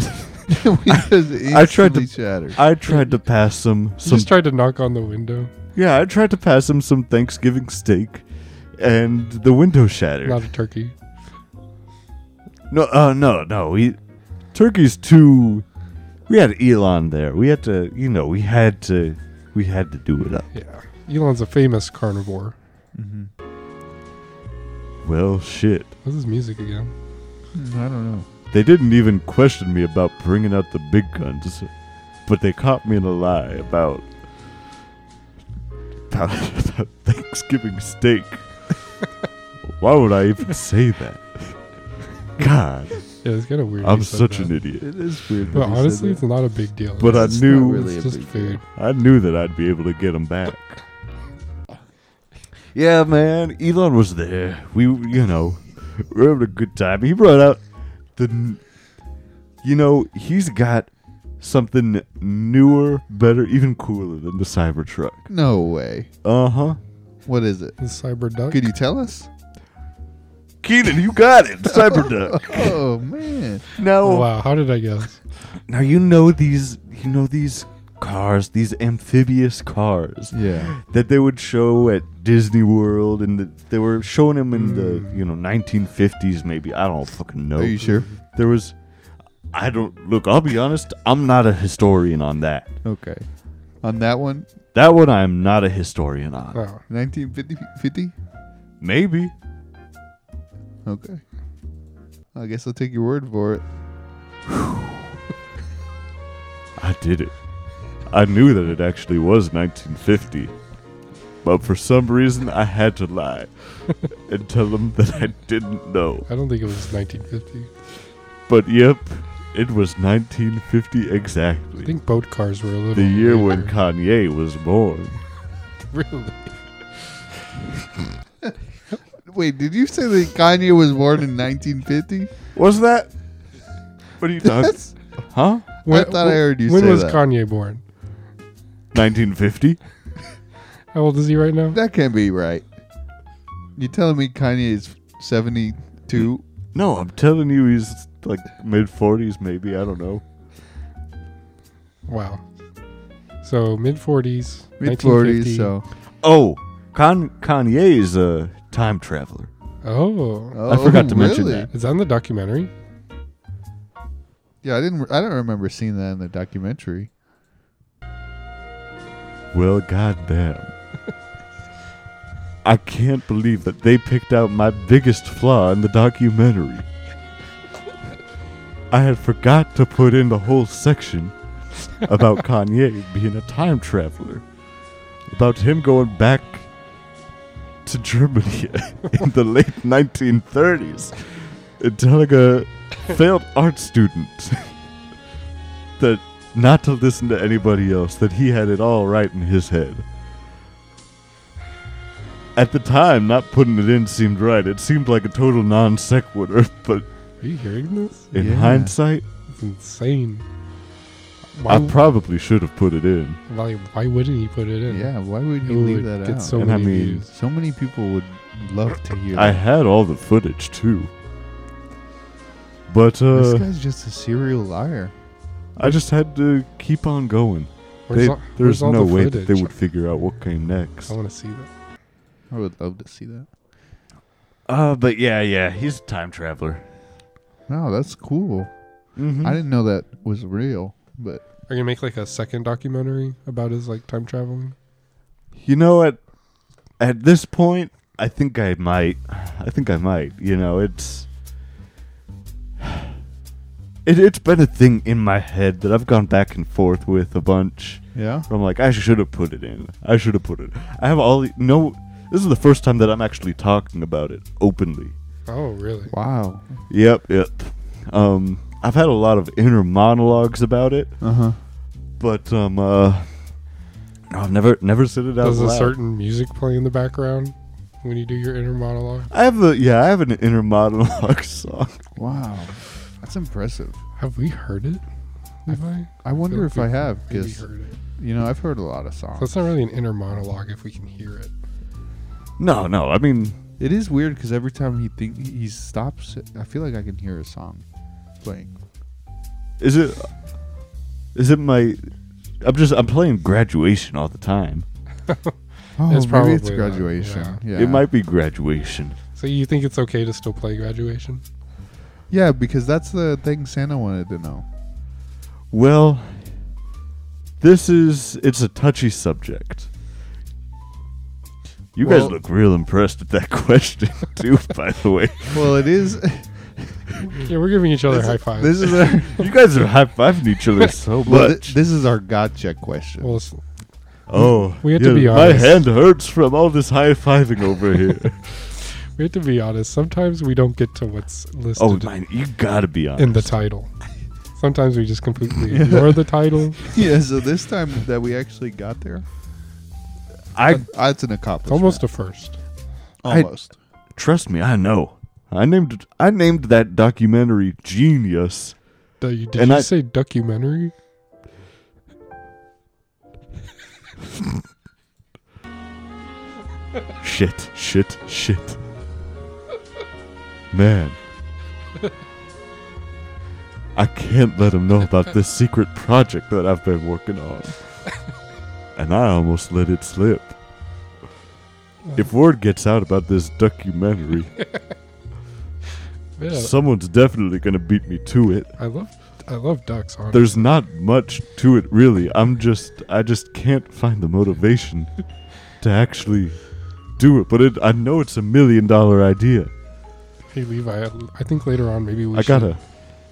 [SPEAKER 4] we just
[SPEAKER 1] I tried to-
[SPEAKER 4] instantly shattered.
[SPEAKER 1] I tried to pass him
[SPEAKER 5] You
[SPEAKER 1] some.
[SPEAKER 5] just tried to knock on the window.
[SPEAKER 1] yeah, I tried to pass him some Thanksgiving steak, and the window shattered.
[SPEAKER 5] Not a turkey.
[SPEAKER 1] no, uh, no, no. We Turkey's too. We had Elon there. We had to, you know, we had to, we had to do it up.
[SPEAKER 5] Yeah. Elon's a famous carnivore.
[SPEAKER 4] Mhm.
[SPEAKER 1] Well, shit.
[SPEAKER 5] What's his music again?
[SPEAKER 4] Mm, I don't know.
[SPEAKER 1] They didn't even question me about bringing out the big guns, but they caught me in a lie about about, about Thanksgiving steak. Why would I even say that? God,
[SPEAKER 5] Yeah, it's kind of weird.
[SPEAKER 1] I'm
[SPEAKER 5] he said
[SPEAKER 1] such
[SPEAKER 5] that.
[SPEAKER 1] an idiot.
[SPEAKER 4] It is weird.
[SPEAKER 5] But honestly, it's not a big deal.
[SPEAKER 1] But I
[SPEAKER 5] it's
[SPEAKER 1] knew-
[SPEAKER 4] really
[SPEAKER 5] it's
[SPEAKER 4] a
[SPEAKER 5] just
[SPEAKER 4] big
[SPEAKER 5] food.
[SPEAKER 1] I knew that I'd be able to get them back. Yeah, man, Elon was there. We, you know, we were having a good time. He brought out the, n- you know, he's got something newer, better, even cooler than the Cybertruck.
[SPEAKER 4] No way.
[SPEAKER 1] Uh huh.
[SPEAKER 4] What is it?
[SPEAKER 5] The cyber duck.
[SPEAKER 4] Could you tell us?
[SPEAKER 1] Keenan, you got it. Cyberduck.
[SPEAKER 4] Oh man.
[SPEAKER 1] now,
[SPEAKER 5] Oh, wow, how did I guess?
[SPEAKER 1] now you know these. You know these cars. These amphibious cars
[SPEAKER 4] Yeah.
[SPEAKER 1] that they would show at Disney World, and that they were showing them in the you know 1950s, maybe. I don't fucking know.
[SPEAKER 4] Are you sure?
[SPEAKER 1] There was. I don't look. I'll be honest. I'm not a historian on that.
[SPEAKER 4] Okay. On that one,
[SPEAKER 1] That one I'm not a historian on.
[SPEAKER 5] Oh,
[SPEAKER 4] 1950.
[SPEAKER 1] Maybe.
[SPEAKER 4] Okay. I guess I'll take your word for it.
[SPEAKER 1] I did it. I knew that it actually was 1950. But for some reason, I had to lie and tell them that I didn't know.
[SPEAKER 5] I don't think it was 1950.
[SPEAKER 1] But yep, it was 1950
[SPEAKER 5] I
[SPEAKER 1] exactly.
[SPEAKER 5] think boat cars were a little.
[SPEAKER 1] The year
[SPEAKER 5] later.
[SPEAKER 1] when Kanye was born.
[SPEAKER 5] really.
[SPEAKER 4] Wait, did you say that Kanye was born in 1950?
[SPEAKER 1] Was that? What are you talking?
[SPEAKER 4] That's
[SPEAKER 1] Huh?
[SPEAKER 5] When-
[SPEAKER 4] thought I heard you
[SPEAKER 5] When
[SPEAKER 4] say
[SPEAKER 5] was
[SPEAKER 4] that.
[SPEAKER 5] Kanye born?
[SPEAKER 1] 1950?
[SPEAKER 5] How old is he right now?
[SPEAKER 4] that can't be right. You telling me Kanye is 72?
[SPEAKER 1] No, I'm telling you, he's like mid 40s, maybe. I don't know.
[SPEAKER 5] Wow. So mid 40s.
[SPEAKER 4] Mid 40s, so.
[SPEAKER 1] Oh, Con- Kanye is a time traveler.
[SPEAKER 5] Oh,
[SPEAKER 4] Oh,
[SPEAKER 1] forgot to mention that.
[SPEAKER 5] it's on the documentary.
[SPEAKER 4] Yeah, I didn't. I don't remember seeing that in the documentary.
[SPEAKER 1] Well, goddamn. I can't believe that they picked out my biggest flaw in the documentary. I had forgot to put in the whole section about Kanye being a time traveler, about him going back to Germany in the late 1930s and telling a failed art student that not to listen to anybody else, that he had it all right in his head. At the time, not putting it in seemed right. It seemed like a total non sequitur, but
[SPEAKER 5] Are you hearing this?
[SPEAKER 1] in
[SPEAKER 4] Yeah.
[SPEAKER 1] hindsight,
[SPEAKER 5] It's insane. Why,
[SPEAKER 1] I probably should have put it in.
[SPEAKER 5] why, why wouldn't he put it in?
[SPEAKER 4] Yeah, why would
[SPEAKER 5] It
[SPEAKER 4] you leave
[SPEAKER 5] would
[SPEAKER 4] that
[SPEAKER 5] get
[SPEAKER 4] out?
[SPEAKER 5] so
[SPEAKER 1] And I
[SPEAKER 5] many
[SPEAKER 1] mean-
[SPEAKER 5] views.
[SPEAKER 4] So many people would love to hear.
[SPEAKER 1] I
[SPEAKER 4] that.
[SPEAKER 1] had all the footage too. But
[SPEAKER 4] this
[SPEAKER 1] uh,
[SPEAKER 4] guy's just a serial liar.
[SPEAKER 1] I just had to keep on going.
[SPEAKER 5] Where's
[SPEAKER 1] They-
[SPEAKER 5] all- where's
[SPEAKER 1] there's
[SPEAKER 5] all
[SPEAKER 1] no
[SPEAKER 5] the
[SPEAKER 1] way
[SPEAKER 5] footage?
[SPEAKER 1] that they would figure out what came next.
[SPEAKER 5] I want to see that.
[SPEAKER 4] I would love to see that.
[SPEAKER 1] Uh, but yeah, yeah, he's a time traveler.
[SPEAKER 4] Wow, that's cool.
[SPEAKER 1] Mm-hmm.
[SPEAKER 4] I didn't know that was real, but
[SPEAKER 5] Are you gonna make like a second documentary about his like time traveling?
[SPEAKER 1] You know at at this point, I think I might. I think I might. You know, it's it, it's been a thing in my head that I've gone back and forth with a bunch.
[SPEAKER 4] yeah.
[SPEAKER 1] I'm like, I should have put it in. I should have put it. I have all the- no. This is the first time that I'm actually talking about it openly.
[SPEAKER 5] Oh, really?
[SPEAKER 4] Wow.
[SPEAKER 1] Yep, yep. Um, I've had a lot of inner monologues about it,
[SPEAKER 4] Uh huh.
[SPEAKER 1] but um, uh, I've never never said it out
[SPEAKER 5] Does a
[SPEAKER 1] loud.
[SPEAKER 5] certain music play in the background when you do your inner monologue?
[SPEAKER 1] I have a yeah, I have an inner monologue song.
[SPEAKER 4] Wow, that's impressive.
[SPEAKER 5] Have we heard it? Have I?
[SPEAKER 4] I wonder
[SPEAKER 5] feel
[SPEAKER 4] if
[SPEAKER 5] like
[SPEAKER 4] I
[SPEAKER 5] we
[SPEAKER 4] have
[SPEAKER 5] maybe
[SPEAKER 4] because
[SPEAKER 5] heard it.
[SPEAKER 4] you know I've heard a lot of
[SPEAKER 5] So it's
[SPEAKER 4] songs.
[SPEAKER 5] not really an inner monologue if we can hear it.
[SPEAKER 1] No, no, I mean
[SPEAKER 4] It is weird because every time he think he stops, I feel like I can hear a song playing.
[SPEAKER 1] is it is it my I'm just I'm playing graduation all the time.
[SPEAKER 4] Oh,
[SPEAKER 5] It's
[SPEAKER 4] maybe it's
[SPEAKER 5] probably that,
[SPEAKER 4] graduation.
[SPEAKER 5] yeah.
[SPEAKER 4] Yeah.
[SPEAKER 1] It might be graduation.
[SPEAKER 5] So you think it's okay to still play graduation?
[SPEAKER 4] Yeah, because that's the thing Santa wanted to know.
[SPEAKER 1] Well, this is it's a touchy subject. You
[SPEAKER 4] Well-
[SPEAKER 1] guys look real impressed with that question too, by the way.
[SPEAKER 4] Well, it is.
[SPEAKER 5] Yeah, we're giving each other high fives.
[SPEAKER 4] this is our.
[SPEAKER 1] You guys are high fiving each other so
[SPEAKER 4] Well,
[SPEAKER 1] much.
[SPEAKER 4] thi- this is our gotcha question.
[SPEAKER 5] well, it's-
[SPEAKER 1] oh,
[SPEAKER 5] we have to be
[SPEAKER 1] My
[SPEAKER 5] honest.
[SPEAKER 1] hand hurts from all this high fiving over here.
[SPEAKER 5] we have to be honest. Sometimes we don't get to what's listed
[SPEAKER 1] oh, man, you gotta be honest.
[SPEAKER 5] in the title. Sometimes we just completely ignore the title.
[SPEAKER 4] yeah, so this time that we actually got there,
[SPEAKER 1] I
[SPEAKER 4] that's an
[SPEAKER 5] It's
[SPEAKER 4] accomplishment.
[SPEAKER 5] almost a first.
[SPEAKER 1] I-
[SPEAKER 4] almost.
[SPEAKER 1] Trust me, I know. I named I named that documentary Genius.
[SPEAKER 5] Do you- Did
[SPEAKER 1] And
[SPEAKER 5] you
[SPEAKER 1] I-
[SPEAKER 5] say documentary?
[SPEAKER 1] shit, shit, shit. Man. I can't let him know about this secret project that I've been working on. And I almost let it slip. If word gets out about this documentary,
[SPEAKER 5] Yeah,
[SPEAKER 1] someone's definitely going to beat me to it.
[SPEAKER 5] I love I love ducks. Honestly.
[SPEAKER 1] There's not much to it really. I'm just I just can't find the motivation to actually do it. But it, I know it's a million dollar idea.
[SPEAKER 5] hey Levi. I, I think later on maybe we
[SPEAKER 1] I
[SPEAKER 5] should
[SPEAKER 1] gotta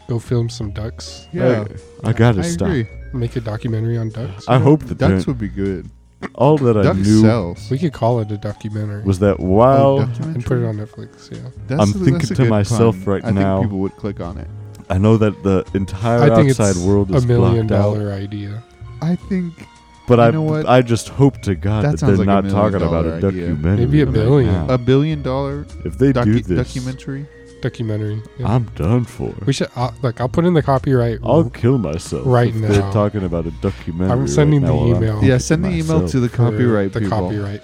[SPEAKER 5] go film some ducks.
[SPEAKER 4] Yeah.
[SPEAKER 1] I, I gotta
[SPEAKER 4] I
[SPEAKER 1] stop.
[SPEAKER 4] agree.
[SPEAKER 5] Make a documentary on ducks.
[SPEAKER 1] I hope that
[SPEAKER 4] Ducks
[SPEAKER 1] ducks
[SPEAKER 4] would be good.
[SPEAKER 1] all that I
[SPEAKER 4] Duck
[SPEAKER 1] knew
[SPEAKER 4] sells.
[SPEAKER 5] we could call it a documentary
[SPEAKER 1] was that while
[SPEAKER 5] and put it on Netflix. Yeah,
[SPEAKER 4] That's
[SPEAKER 1] I'm
[SPEAKER 4] a- that's
[SPEAKER 1] thinking
[SPEAKER 4] a
[SPEAKER 1] to
[SPEAKER 4] good
[SPEAKER 1] myself
[SPEAKER 4] pun.
[SPEAKER 1] right
[SPEAKER 4] I
[SPEAKER 1] now-
[SPEAKER 4] think people would click on it.
[SPEAKER 1] I know that the entire
[SPEAKER 5] I think
[SPEAKER 1] outside
[SPEAKER 5] it's
[SPEAKER 1] world
[SPEAKER 5] a
[SPEAKER 1] is
[SPEAKER 5] million
[SPEAKER 1] blocked out,
[SPEAKER 5] dollar idea.
[SPEAKER 4] I think
[SPEAKER 1] but
[SPEAKER 4] You
[SPEAKER 1] I
[SPEAKER 4] know what?
[SPEAKER 1] I just hope to God
[SPEAKER 4] That
[SPEAKER 1] that,
[SPEAKER 4] sounds
[SPEAKER 1] they're
[SPEAKER 4] like a
[SPEAKER 1] not
[SPEAKER 4] million
[SPEAKER 1] talking about
[SPEAKER 4] dollar
[SPEAKER 1] a
[SPEAKER 4] idea.
[SPEAKER 1] documentary.
[SPEAKER 5] Maybe a
[SPEAKER 1] right
[SPEAKER 5] billion.
[SPEAKER 1] now.
[SPEAKER 4] a billion dollar
[SPEAKER 1] If they do
[SPEAKER 4] docu-
[SPEAKER 1] this,
[SPEAKER 4] documentary.
[SPEAKER 5] Documentary. Yeah.
[SPEAKER 1] I'm done for.
[SPEAKER 5] we should uh, look. I'll put in the copyright.
[SPEAKER 1] I'll kill myself
[SPEAKER 5] Right
[SPEAKER 1] if They're
[SPEAKER 5] now.
[SPEAKER 1] talking about a documentary.
[SPEAKER 5] I'm sending
[SPEAKER 1] right now
[SPEAKER 5] the
[SPEAKER 1] while I'm
[SPEAKER 5] email.
[SPEAKER 4] Yeah, send the email
[SPEAKER 1] Oh, myself.
[SPEAKER 4] to the
[SPEAKER 5] for
[SPEAKER 4] copyright
[SPEAKER 5] The
[SPEAKER 4] people.
[SPEAKER 5] copyright,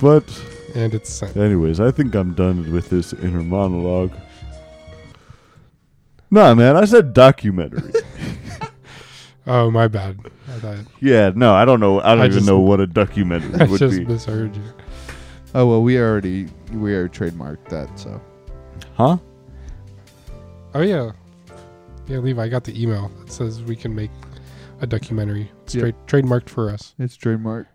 [SPEAKER 1] But,
[SPEAKER 5] and it's sent.
[SPEAKER 1] anyways, I think I'm done with this inner monologue. Nah, man, I said documentary.
[SPEAKER 5] Oh my bad. I thought
[SPEAKER 1] yeah, no, I don't know. I don't
[SPEAKER 5] I
[SPEAKER 1] even
[SPEAKER 5] just-
[SPEAKER 1] know what a documentary
[SPEAKER 5] I
[SPEAKER 1] would
[SPEAKER 5] just
[SPEAKER 1] be.
[SPEAKER 5] misheard you.
[SPEAKER 4] Oh well, we already we already trademarked that. So
[SPEAKER 1] Huh?
[SPEAKER 5] Oh yeah, yeah. Levi, I got the email that says we can make a documentary. It's
[SPEAKER 4] Yeah.
[SPEAKER 5] tra- trademarked for us.
[SPEAKER 4] it's trademarked.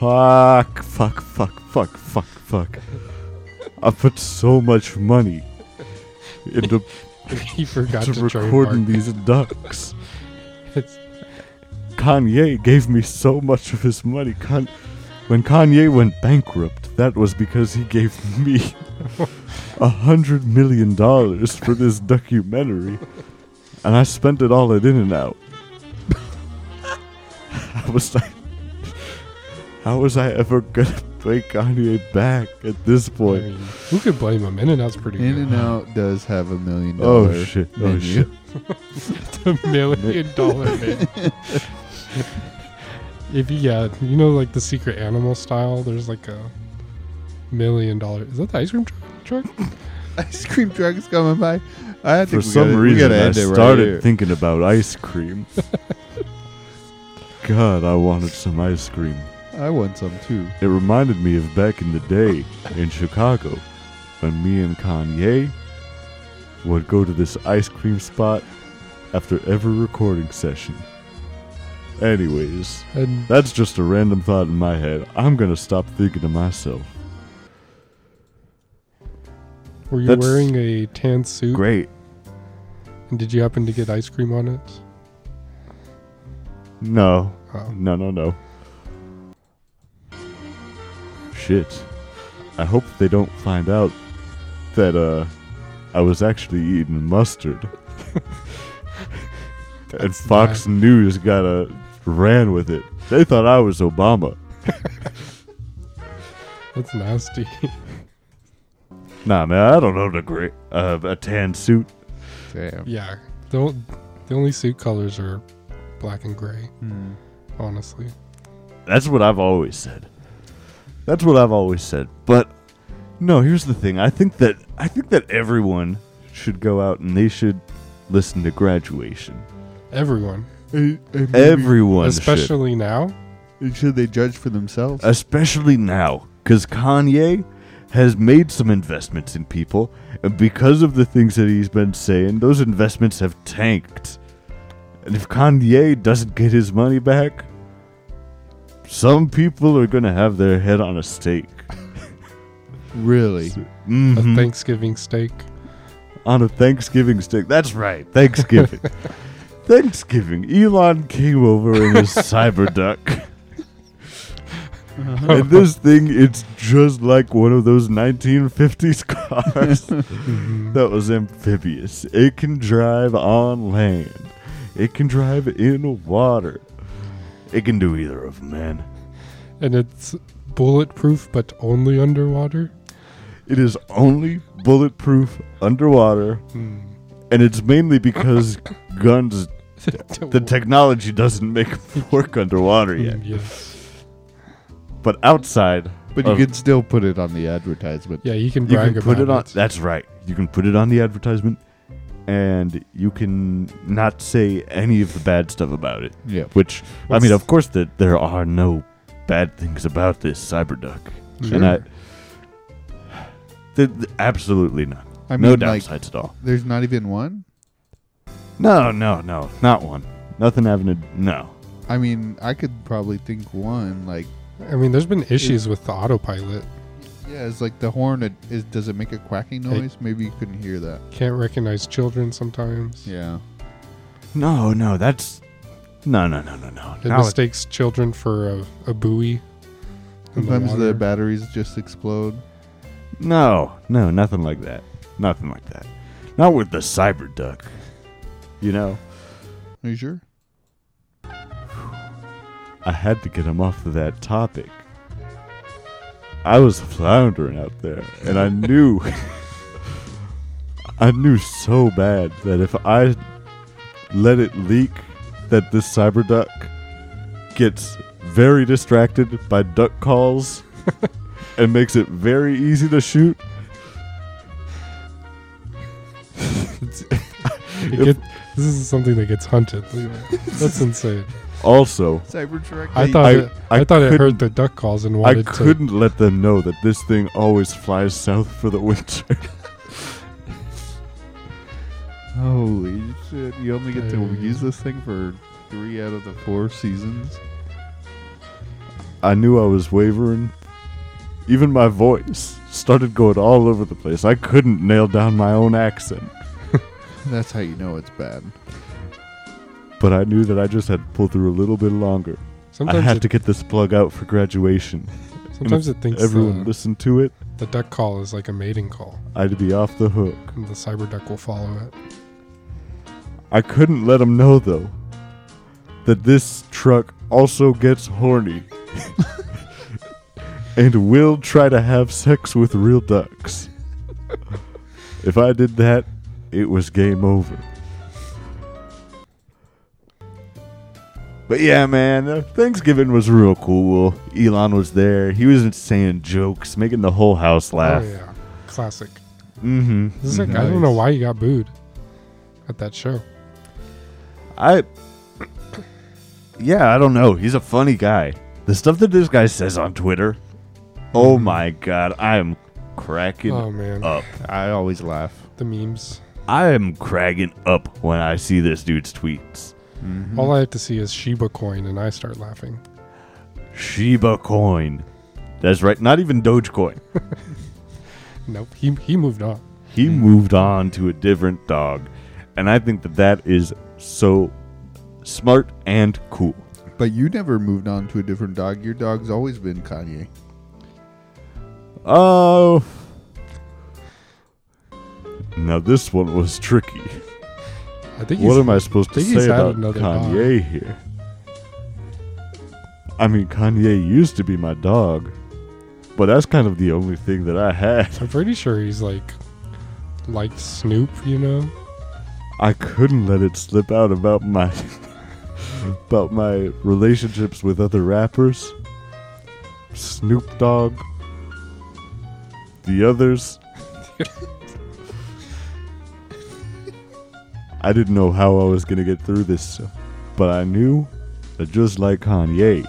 [SPEAKER 1] Fuck, fuck, fuck, fuck, fuck, fuck. I put so much money into
[SPEAKER 5] he forgot
[SPEAKER 1] to
[SPEAKER 5] to,
[SPEAKER 1] recording
[SPEAKER 5] trademark.
[SPEAKER 1] these ducks.
[SPEAKER 5] It's-
[SPEAKER 1] Kanye gave me so much of his money. Kan- when Kanye went bankrupt, that was because he gave me a hundred million dollars for this documentary, and I spent it all at In and Out. I was like, how was I ever gonna pay Kanye back at this
[SPEAKER 5] I
[SPEAKER 1] point?
[SPEAKER 5] mean, who could blame him? In and out's pretty
[SPEAKER 4] In
[SPEAKER 5] good.
[SPEAKER 4] and Out does have a million dollar.
[SPEAKER 1] Oh shit! Oh
[SPEAKER 4] menu.
[SPEAKER 1] shit!
[SPEAKER 5] a million dollar man. if you yeah, you know like the secret animal style, there's like a million dollar. Is that the ice cream truck? truck?
[SPEAKER 4] Ice cream truck is coming by. I
[SPEAKER 1] For
[SPEAKER 4] think we
[SPEAKER 1] some
[SPEAKER 4] gotta, we
[SPEAKER 1] reason,
[SPEAKER 4] gotta
[SPEAKER 1] I
[SPEAKER 4] end it right
[SPEAKER 1] started
[SPEAKER 4] here.
[SPEAKER 1] thinking about ice cream. God, I wanted some ice cream.
[SPEAKER 4] I want some too.
[SPEAKER 1] It reminded me of back in the day in Chicago when me and Kanye would go to this ice cream spot after every recording session. Anyways,
[SPEAKER 5] And
[SPEAKER 1] that's just a random thought in my head. I'm gonna stop thinking to myself.
[SPEAKER 5] were you
[SPEAKER 1] That's-
[SPEAKER 5] wearing a tan suit?
[SPEAKER 1] Great.
[SPEAKER 5] And did you happen to get ice cream on it?
[SPEAKER 1] No,
[SPEAKER 5] Oh.
[SPEAKER 1] No, no, no. Shit. I hope they don't find out that uh I was actually eating mustard. and Fox News got a ran with it. They thought I was Obama.
[SPEAKER 5] That's nasty.
[SPEAKER 1] Nah, man, I don't own a great uh, a tan suit.
[SPEAKER 4] Damn.
[SPEAKER 5] yeah. The, on- the only suit colors are black and gray,
[SPEAKER 1] Hmm.
[SPEAKER 5] honestly.
[SPEAKER 1] That's what I've always said. That's what I've always said. But no, here's the thing. I think that I think that everyone should go out and they should listen to graduation.
[SPEAKER 5] Everyone.
[SPEAKER 1] Everyone should.
[SPEAKER 5] Especially now.
[SPEAKER 4] Should they judge for
[SPEAKER 1] Uh,
[SPEAKER 4] themselves?
[SPEAKER 1] especially now cuz Kanye has made some investments in people and because of the things that he's been saying, those investments have tanked. And if Kanye doesn't get his money back, some people are going to have their head on a stake.
[SPEAKER 4] really?
[SPEAKER 5] A
[SPEAKER 1] Mhm.
[SPEAKER 5] Thanksgiving steak.
[SPEAKER 1] on a Thanksgiving stick. That's right, Thanksgiving. Thanksgiving. Elon came over in his cyberduck. and this thing, it's just like one of those 1950s cars
[SPEAKER 5] Mm-hmm.
[SPEAKER 1] that was amphibious. It can drive on land, it can drive in water. It can do either of them, man.
[SPEAKER 5] And it's bulletproof, but only underwater.
[SPEAKER 1] It is only bulletproof underwater,
[SPEAKER 5] Hmm.
[SPEAKER 1] and it's mainly because guns The technology doesn't make them work underwater yet,
[SPEAKER 5] Yeah.
[SPEAKER 1] but outside,
[SPEAKER 4] But you
[SPEAKER 1] of-
[SPEAKER 4] can still put it on the advertisement.
[SPEAKER 5] Yeah, you can
[SPEAKER 1] you
[SPEAKER 5] brag
[SPEAKER 1] can put it on.
[SPEAKER 5] about it.
[SPEAKER 1] That's right. You can put it on the advertisement, and you can not say any of the bad stuff about it.
[SPEAKER 4] Yeah.
[SPEAKER 1] Which I
[SPEAKER 5] What's-
[SPEAKER 1] mean, of course, that there are no bad things about this cyberduck, and
[SPEAKER 5] Sure.
[SPEAKER 1] I th- th- absolutely not.
[SPEAKER 4] I mean,
[SPEAKER 1] no
[SPEAKER 4] like,
[SPEAKER 1] downsides at all.
[SPEAKER 4] there's not even one.
[SPEAKER 1] No, no, no, not one. Nothing having to. No,
[SPEAKER 4] I mean, I could probably think one. Like,
[SPEAKER 5] I mean, there's been issues with the autopilot.
[SPEAKER 4] yeah, it's like the horn. It, is, does it make a quacking
[SPEAKER 5] Hey.
[SPEAKER 4] noise? Maybe you couldn't hear that.
[SPEAKER 5] Can't recognize children sometimes.
[SPEAKER 4] Yeah.
[SPEAKER 1] no, no. That's no, no, no, no, no.
[SPEAKER 5] It
[SPEAKER 1] Now it-
[SPEAKER 5] mistakes children for a, a buoy. in
[SPEAKER 4] Sometimes the
[SPEAKER 5] water.
[SPEAKER 4] batteries just explode.
[SPEAKER 1] No, no, nothing like that. Nothing like that. Not with the cyber duck. You know,
[SPEAKER 4] Are you sure?
[SPEAKER 1] I had to get him off of that topic. I was floundering out there, and I knew, I knew so bad that if I let it leak, that this cyber duck gets very distracted by duck calls, and makes it very easy to shoot.
[SPEAKER 5] It get, this is something that gets hunted. Leroy. That's insane.
[SPEAKER 1] Also,
[SPEAKER 4] Cybertruck.
[SPEAKER 5] I thought
[SPEAKER 1] I-
[SPEAKER 5] it, I,
[SPEAKER 1] I
[SPEAKER 5] thought it
[SPEAKER 1] couldn't-
[SPEAKER 5] heard the duck calls and
[SPEAKER 1] I
[SPEAKER 5] wanted to.
[SPEAKER 1] couldn't let them know that this thing always flies south for the winter.
[SPEAKER 4] Holy shit! You only get to
[SPEAKER 5] Hey.
[SPEAKER 4] use this thing for three out of the four seasons.
[SPEAKER 1] I knew I was wavering. Even my voice started going all over the place. I couldn't nail down my own accent,
[SPEAKER 4] That's how you know it's bad.
[SPEAKER 1] but I knew that I just had to pull through a little bit longer. I
[SPEAKER 5] Sometimes
[SPEAKER 1] had
[SPEAKER 5] it,
[SPEAKER 1] to get this plug out for graduation.
[SPEAKER 5] sometimes it thinks
[SPEAKER 1] Everyone
[SPEAKER 5] the,
[SPEAKER 1] listened to it.
[SPEAKER 5] the duck call is like a mating call,
[SPEAKER 1] I'd be off the hook.
[SPEAKER 5] and the cyber duck will follow it.
[SPEAKER 1] I couldn't let them know though that this truck also gets horny and will try to have sex with real ducks. If I did that, it was game over. But yeah, man, uh, Thanksgiving was real cool. Elon was there. He was saying jokes, making the whole house laugh.
[SPEAKER 5] Oh yeah, classic.
[SPEAKER 1] Mm-hmm.
[SPEAKER 5] This is like I don't know why you got booed at that show.
[SPEAKER 1] I Yeah, I don't know. He's a funny guy. The stuff that this guy says on Twitter. Oh my god, I am cracking
[SPEAKER 5] Oh man,
[SPEAKER 1] up.
[SPEAKER 4] Um, I always laugh.
[SPEAKER 5] the memes.
[SPEAKER 1] I am cracking up when I see this dude's tweets. mm-hmm.
[SPEAKER 5] All I have to see is Shiba coin, and I start laughing.
[SPEAKER 1] Shiba coin. That's right. Not even Dogecoin.
[SPEAKER 5] Nope, he he moved on.
[SPEAKER 1] He
[SPEAKER 4] Hmm.
[SPEAKER 1] moved on to a different dog. And I think that that is so smart and cool.
[SPEAKER 4] But you never moved on to a different dog. Your dog's always been Kanye.
[SPEAKER 1] Oh. Now this one was tricky.
[SPEAKER 5] I think
[SPEAKER 1] What
[SPEAKER 5] he's-
[SPEAKER 1] am I supposed to
[SPEAKER 5] think he's
[SPEAKER 1] say
[SPEAKER 5] had
[SPEAKER 1] about
[SPEAKER 5] another
[SPEAKER 1] Kanye here? I mean, Kanye used to be my dog, but that's kind of the only thing that I had.
[SPEAKER 5] I'm pretty sure he's like liked Snoop, you know.
[SPEAKER 1] I couldn't let it slip out about my about my relationships with other rappers, Snoop Dogg, the others. I didn't know how I was gonna get through this, but I knew that just like Kanye,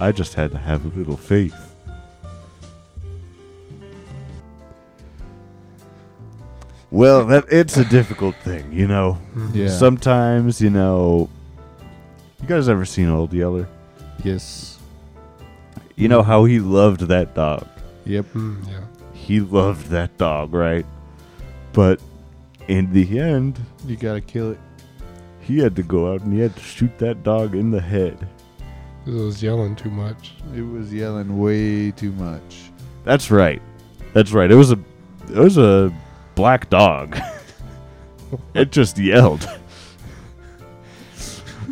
[SPEAKER 1] I just had to have a little faith. Well, that it's a difficult thing, you know.
[SPEAKER 5] Mm-hmm.
[SPEAKER 4] Yeah.
[SPEAKER 1] Sometimes, you know, you guys ever seen Old Yeller?
[SPEAKER 4] yes.
[SPEAKER 1] You know how he loved that dog.
[SPEAKER 4] Yep.
[SPEAKER 5] Mm, yeah,
[SPEAKER 1] He loved that dog, right? But in the end,
[SPEAKER 4] You gotta kill it.
[SPEAKER 1] he had to go out and he had to shoot that dog in the head.
[SPEAKER 5] 'Cause it was yelling too much.
[SPEAKER 4] It was yelling way too much.
[SPEAKER 1] That's right. That's right. It was a it was a black dog. it just yelled.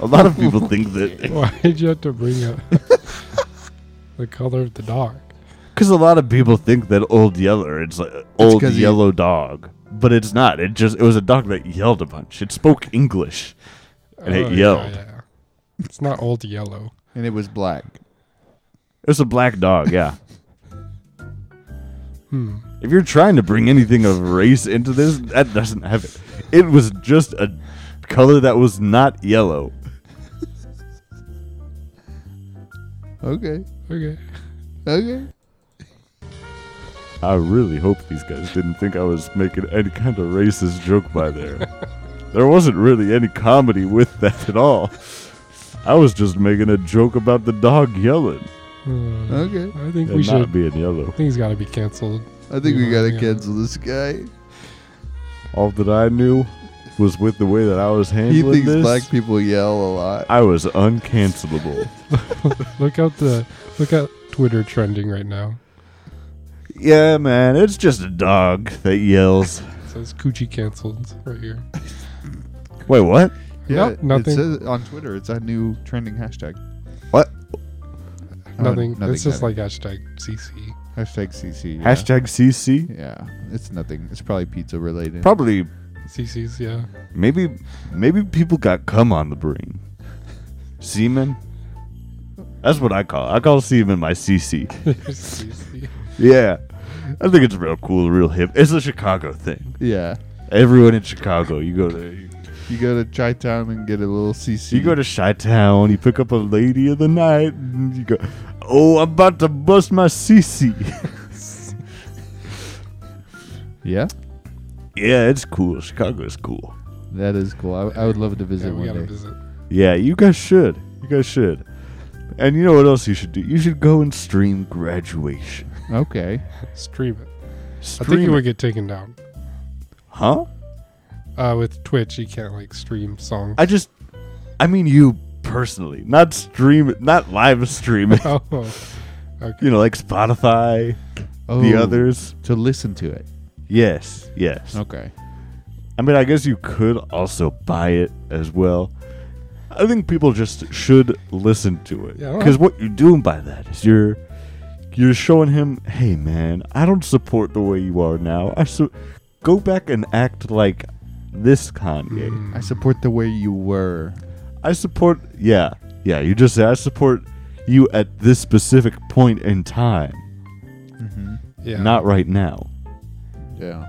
[SPEAKER 1] a lot of people think that
[SPEAKER 5] Why did you have to bring up the color of the dog?
[SPEAKER 1] Because a lot of people think that Old Yeller, it's like old
[SPEAKER 4] 'cause he-
[SPEAKER 1] yellow dog, but it's not. It just it was a dog that yelled a bunch. It spoke English. And it yelled.
[SPEAKER 5] Oh, yeah. It's not old yellow.
[SPEAKER 4] and it was black.
[SPEAKER 1] It's a black dog, yeah.
[SPEAKER 5] Hmm.
[SPEAKER 1] If you're trying to bring anything of race into this, that doesn't have it. It was just a color that was not yellow.
[SPEAKER 4] Okay.
[SPEAKER 5] Okay.
[SPEAKER 4] Okay.
[SPEAKER 1] I really hope these guys didn't think I was making any kind of racist joke by there. there wasn't really any comedy with that at all. I was just making a joke about the dog yelling
[SPEAKER 5] Hmm.
[SPEAKER 4] Okay.
[SPEAKER 5] I think we
[SPEAKER 1] and not
[SPEAKER 5] should.
[SPEAKER 1] being yellow.
[SPEAKER 5] I think he's got to be canceled.
[SPEAKER 4] I think we gotta
[SPEAKER 5] Yeah.
[SPEAKER 4] cancel this guy.
[SPEAKER 1] All that I knew was with the way that I was
[SPEAKER 4] He
[SPEAKER 1] handling
[SPEAKER 4] thinks
[SPEAKER 1] this.
[SPEAKER 4] black people yell a lot.
[SPEAKER 1] I was uncancelable.
[SPEAKER 5] Look out the look at Twitter trending right now.
[SPEAKER 1] yeah, man, it's just a dog that yells.
[SPEAKER 5] It says coochie canceled right here.
[SPEAKER 1] Wait, what?
[SPEAKER 5] Nope, nothing.
[SPEAKER 4] It says on Twitter. It's a new trending hashtag.
[SPEAKER 1] What?
[SPEAKER 4] Oh,
[SPEAKER 5] nothing. It's just
[SPEAKER 4] nothing.
[SPEAKER 5] like hashtag CC.
[SPEAKER 4] hashtag CC. yeah.
[SPEAKER 1] Hashtag CC?
[SPEAKER 4] Yeah, it's nothing. It's probably pizza related.
[SPEAKER 1] Probably,
[SPEAKER 5] CC's yeah.
[SPEAKER 1] maybe, maybe people got cum on the brain. Semen? That's what I call. I call semen my CC.
[SPEAKER 5] CC.
[SPEAKER 1] Yeah. I think it's real cool, real hip. It's a Chicago thing.
[SPEAKER 4] Yeah,
[SPEAKER 1] Everyone in Chicago, you go there. You,
[SPEAKER 4] you go to Chi Town and get a little CC.
[SPEAKER 1] you go to Chi Town, you pick up a lady of the night, and you go, Oh, I'm about to bust my CC.
[SPEAKER 4] yeah.
[SPEAKER 1] yeah, it's cool. Chicago's cool.
[SPEAKER 4] That is cool. I, I would love to visit
[SPEAKER 5] Yeah, we
[SPEAKER 4] one
[SPEAKER 5] gotta
[SPEAKER 4] day.
[SPEAKER 5] visit.
[SPEAKER 1] Yeah, you guys should. You guys should. And you know what else you should do? You should go and stream graduation.
[SPEAKER 4] Okay.
[SPEAKER 5] Stream it. I
[SPEAKER 1] Stream
[SPEAKER 5] think it
[SPEAKER 1] it.
[SPEAKER 5] would get taken down.
[SPEAKER 1] Huh?
[SPEAKER 5] Uh, with Twitch, you can't like stream songs.
[SPEAKER 1] I just, I mean, you personally, not stream, not live stream. it.
[SPEAKER 5] oh,
[SPEAKER 1] you know, like Spotify,
[SPEAKER 4] Oh,
[SPEAKER 1] the others.
[SPEAKER 4] to listen to it.
[SPEAKER 1] Yes, yes.
[SPEAKER 4] Okay.
[SPEAKER 1] I mean, I guess you could also buy it as well. I think people just should listen to it
[SPEAKER 5] Yeah, I don't
[SPEAKER 1] because what you're doing by that is you're you're showing him, hey man, I don't support the way you are now. I so go back and act like this Kanye.
[SPEAKER 5] Mm.
[SPEAKER 4] I support the way you were.
[SPEAKER 1] I support, yeah, yeah. You just say I support you at this specific point in time,
[SPEAKER 5] yeah.
[SPEAKER 1] not right now.
[SPEAKER 4] Mm-hmm. Yeah.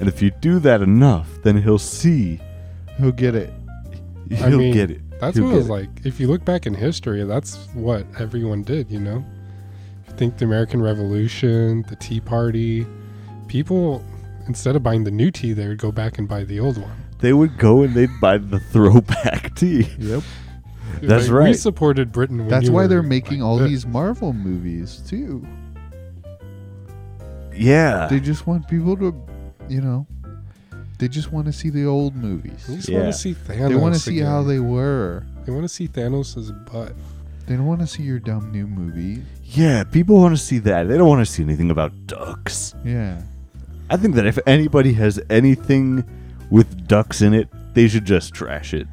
[SPEAKER 1] And if you do that enough, then he'll see,
[SPEAKER 4] Who get it?
[SPEAKER 1] he'll
[SPEAKER 5] I mean,
[SPEAKER 1] get it.
[SPEAKER 5] That's
[SPEAKER 1] He'll
[SPEAKER 5] what
[SPEAKER 1] get
[SPEAKER 5] it was
[SPEAKER 1] it.
[SPEAKER 5] like. If you look back in history, that's what everyone did, you know? If you think the American Revolution, the Tea Party, people, instead of buying the new tea, they would go back and buy the old one.
[SPEAKER 1] They would go and they'd buy the throwback tea.
[SPEAKER 4] Yep.
[SPEAKER 1] That's
[SPEAKER 5] We
[SPEAKER 1] right.
[SPEAKER 5] supported Britain. When
[SPEAKER 4] That's
[SPEAKER 5] you
[SPEAKER 4] why they're
[SPEAKER 5] were
[SPEAKER 4] making
[SPEAKER 5] like
[SPEAKER 4] all
[SPEAKER 5] this.
[SPEAKER 4] these Marvel movies too.
[SPEAKER 1] Yeah.
[SPEAKER 4] They just want people to, you know, they just want to see the old movies.
[SPEAKER 5] They just
[SPEAKER 1] Yeah.
[SPEAKER 5] want to see Thanos.
[SPEAKER 4] They want to see
[SPEAKER 5] again.
[SPEAKER 4] how they were.
[SPEAKER 5] They want to see Thanos' butt.
[SPEAKER 4] They don't want to see your dumb new movie.
[SPEAKER 1] Yeah, people want to see that. They don't want to see anything about ducks.
[SPEAKER 4] Yeah.
[SPEAKER 1] I think that if anybody has anything with ducks in it, they should just trash it.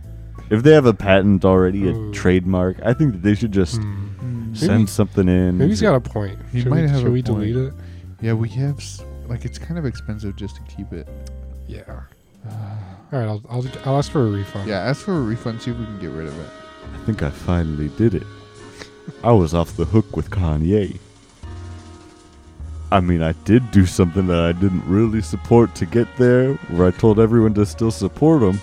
[SPEAKER 1] If they have a patent already, a
[SPEAKER 5] Ooh. Hmm.
[SPEAKER 1] trademark, I think that they should just send
[SPEAKER 5] Maybe-
[SPEAKER 1] something in.
[SPEAKER 5] Maybe he's got a point.
[SPEAKER 4] Hmm. He
[SPEAKER 5] should
[SPEAKER 4] might
[SPEAKER 5] we,
[SPEAKER 4] have
[SPEAKER 5] should
[SPEAKER 4] a
[SPEAKER 5] we
[SPEAKER 4] point.
[SPEAKER 5] delete it?
[SPEAKER 4] Yeah, we have s- like it's kind of expensive just to keep it.
[SPEAKER 5] Yeah.
[SPEAKER 4] Uh.
[SPEAKER 5] All right, I'll, I'll, I'll ask for a refund.
[SPEAKER 4] Yeah, ask for a refund. See if we can get rid of it.
[SPEAKER 1] I think I finally did it. I was off the hook with Kanye. I mean, I did do something that I didn't really support to get there, where I told everyone to still support him.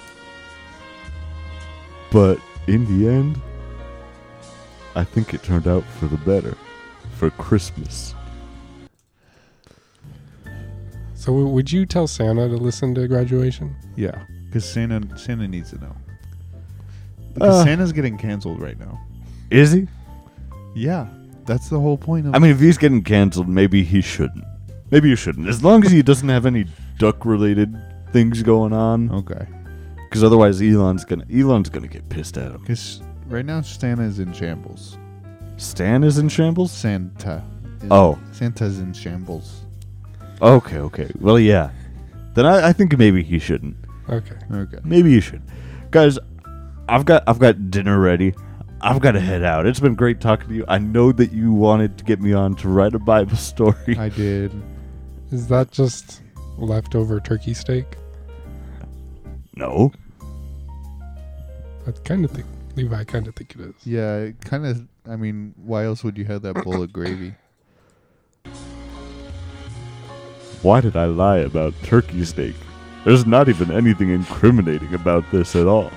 [SPEAKER 1] But in the end, I think it turned out for the better. For Christmas.
[SPEAKER 5] So w- would you tell Santa to listen to graduation?
[SPEAKER 4] Yeah, because Santa Santa needs to know.
[SPEAKER 1] Uh,
[SPEAKER 4] Santa's getting canceled right now.
[SPEAKER 1] Is he?
[SPEAKER 4] Yeah, that's the whole point of.
[SPEAKER 1] I mean, if he's getting canceled, maybe he shouldn't. Maybe you shouldn't. As long as he doesn't have any duck related things going on.
[SPEAKER 4] okay,
[SPEAKER 1] because otherwise Elon's gonna Elon's gonna get pissed at him.
[SPEAKER 4] because right now Santa is in shambles.
[SPEAKER 1] Stan is in shambles.
[SPEAKER 4] Santa. is-
[SPEAKER 1] Oh.
[SPEAKER 4] Santa's in shambles.
[SPEAKER 1] Okay, okay. Well, yeah. Then I, I think maybe he shouldn't.
[SPEAKER 5] Okay.
[SPEAKER 4] Okay.
[SPEAKER 1] Maybe you should, guys. I've got I've got dinner ready. I've got to head out. It's been great talking to you. I know that you wanted to get me on to write a Bible story.
[SPEAKER 4] I did.
[SPEAKER 5] Is that just leftover turkey steak?
[SPEAKER 1] no.
[SPEAKER 5] I kind of think Levi. I kind of think it is.
[SPEAKER 4] Yeah, kind of. I mean, why else would you have that bowl of gravy?
[SPEAKER 1] Why did I lie about turkey steak? There's not even anything incriminating about this at all.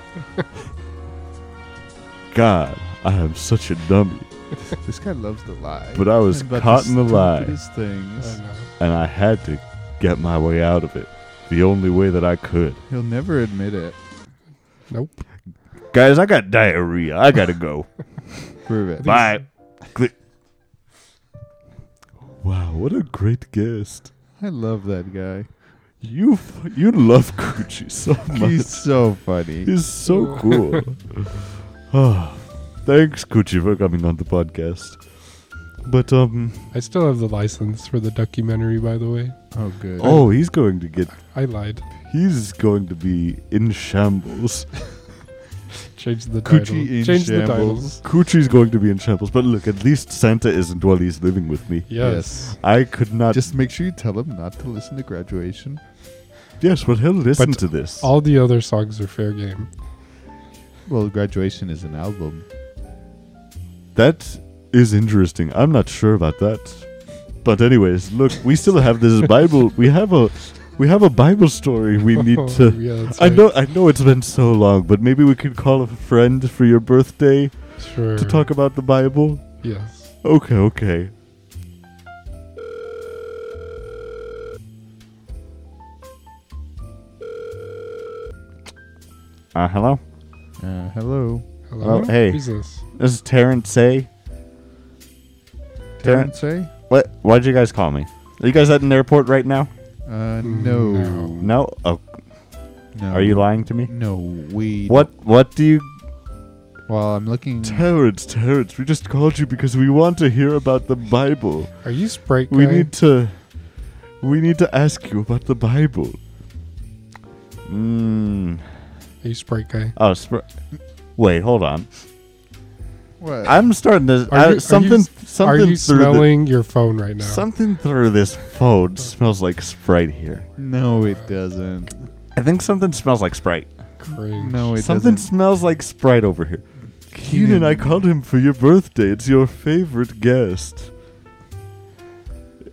[SPEAKER 1] God, I am such a dummy.
[SPEAKER 4] This guy loves to lie.
[SPEAKER 1] But I was
[SPEAKER 4] About
[SPEAKER 1] caught in the lie.
[SPEAKER 4] stupidest
[SPEAKER 5] I
[SPEAKER 4] Things.
[SPEAKER 5] know.
[SPEAKER 1] And I had to get my way out of it. The only way that I could.
[SPEAKER 4] He'll never admit it.
[SPEAKER 5] Nope.
[SPEAKER 1] Guys, I got diarrhea. I gotta go.
[SPEAKER 4] Prove it.
[SPEAKER 1] Bye. Click. Wow, what a great guest.
[SPEAKER 4] I love that guy.
[SPEAKER 1] You f- you love Gucci so much.
[SPEAKER 4] He's so funny.
[SPEAKER 1] He's so cool. Ah, Thanks, Gucci, for coming on the podcast. But um,
[SPEAKER 5] I still have the license for the documentary, by the way.
[SPEAKER 4] Oh, good.
[SPEAKER 1] oh, he's going to get.
[SPEAKER 5] I lied.
[SPEAKER 1] He's going to be in shambles.
[SPEAKER 5] Change the
[SPEAKER 4] Gucci
[SPEAKER 5] title.
[SPEAKER 4] in
[SPEAKER 5] Change the
[SPEAKER 4] shambles.
[SPEAKER 5] titles.
[SPEAKER 1] Gucci's going to be in shambles. But look, at least Santa isn't while he's living with me.
[SPEAKER 5] Yes.
[SPEAKER 1] I could not.
[SPEAKER 4] Just make sure you tell him not to listen to graduation.
[SPEAKER 1] yes, well, he'll listen
[SPEAKER 5] But
[SPEAKER 1] to this.
[SPEAKER 5] All the other songs are fair game.
[SPEAKER 4] Well, graduation is an album.
[SPEAKER 1] That is interesting. I'm not sure about that. But anyways, look, we still have this Bible. We have a we have a Bible story we need
[SPEAKER 5] Oh,
[SPEAKER 1] to
[SPEAKER 5] yeah, that's
[SPEAKER 1] I
[SPEAKER 5] right.
[SPEAKER 1] know I know it's been so long, but maybe we could call a friend for your birthday
[SPEAKER 5] Sure.
[SPEAKER 1] to talk about the Bible.
[SPEAKER 5] Yes.
[SPEAKER 1] Okay, okay. Uh, hello.
[SPEAKER 4] Uh, hello.
[SPEAKER 5] Hello.
[SPEAKER 1] Oh, hey.
[SPEAKER 5] Who's this?
[SPEAKER 1] This is Terrence A.
[SPEAKER 4] Terrence, eh? say?
[SPEAKER 1] What? Why'd you guys call me? Are you guys at an airport right now?
[SPEAKER 4] Uh, no.
[SPEAKER 5] No.
[SPEAKER 1] No. Oh,
[SPEAKER 4] No.
[SPEAKER 1] are you lying to me?
[SPEAKER 4] No, we.
[SPEAKER 1] What? What do you?
[SPEAKER 4] Well, I'm looking.
[SPEAKER 1] Terrence, Terrence, we just called you because we want to hear about the Bible.
[SPEAKER 5] Are you Sprite
[SPEAKER 1] We
[SPEAKER 5] guy?
[SPEAKER 1] need to. We need to ask you about the Bible. Mmm.
[SPEAKER 5] Are you Sprite guy?
[SPEAKER 1] Oh, sp- wait, hold on.
[SPEAKER 4] What?
[SPEAKER 1] I'm starting to
[SPEAKER 5] Are
[SPEAKER 1] I-
[SPEAKER 5] you- are
[SPEAKER 1] something.
[SPEAKER 5] you-
[SPEAKER 1] something
[SPEAKER 5] Are you
[SPEAKER 1] through the-
[SPEAKER 5] smelling your phone right now?
[SPEAKER 1] Something through this phone smells like Sprite here.
[SPEAKER 4] no, it doesn't.
[SPEAKER 1] I think something smells like Sprite.
[SPEAKER 5] Cringe.
[SPEAKER 4] No, it
[SPEAKER 1] Something
[SPEAKER 4] doesn't.
[SPEAKER 1] smells like Sprite over here. Keenan, I called him for your birthday. It's your favorite guest.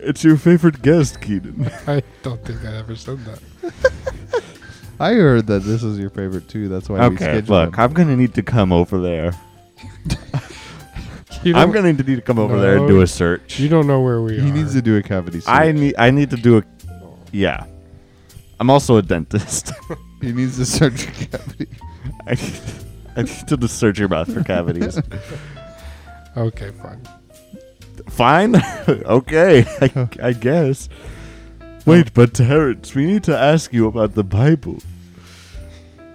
[SPEAKER 1] It's your favorite guest, Keenan.
[SPEAKER 5] I don't think I ever said that.
[SPEAKER 4] I heard that this is your favorite too. That's why we
[SPEAKER 1] okay,
[SPEAKER 4] scheduled
[SPEAKER 1] look,
[SPEAKER 4] him.
[SPEAKER 1] I'm gonna need to come over there.
[SPEAKER 5] You
[SPEAKER 1] I'm
[SPEAKER 5] don't-
[SPEAKER 1] gonna need to come over there and do
[SPEAKER 5] No,
[SPEAKER 1] a search.
[SPEAKER 5] You don't know where we are.
[SPEAKER 4] He needs to do a cavity search.
[SPEAKER 1] I need. I need to do a. Yeah, I'm also a dentist.
[SPEAKER 4] He needs to search a cavity.
[SPEAKER 1] I need, I need to just search your mouth for cavities.
[SPEAKER 5] Okay, fine.
[SPEAKER 1] Fine. okay. I, I guess. Wait, but Terrence, we need to ask you about the Bible.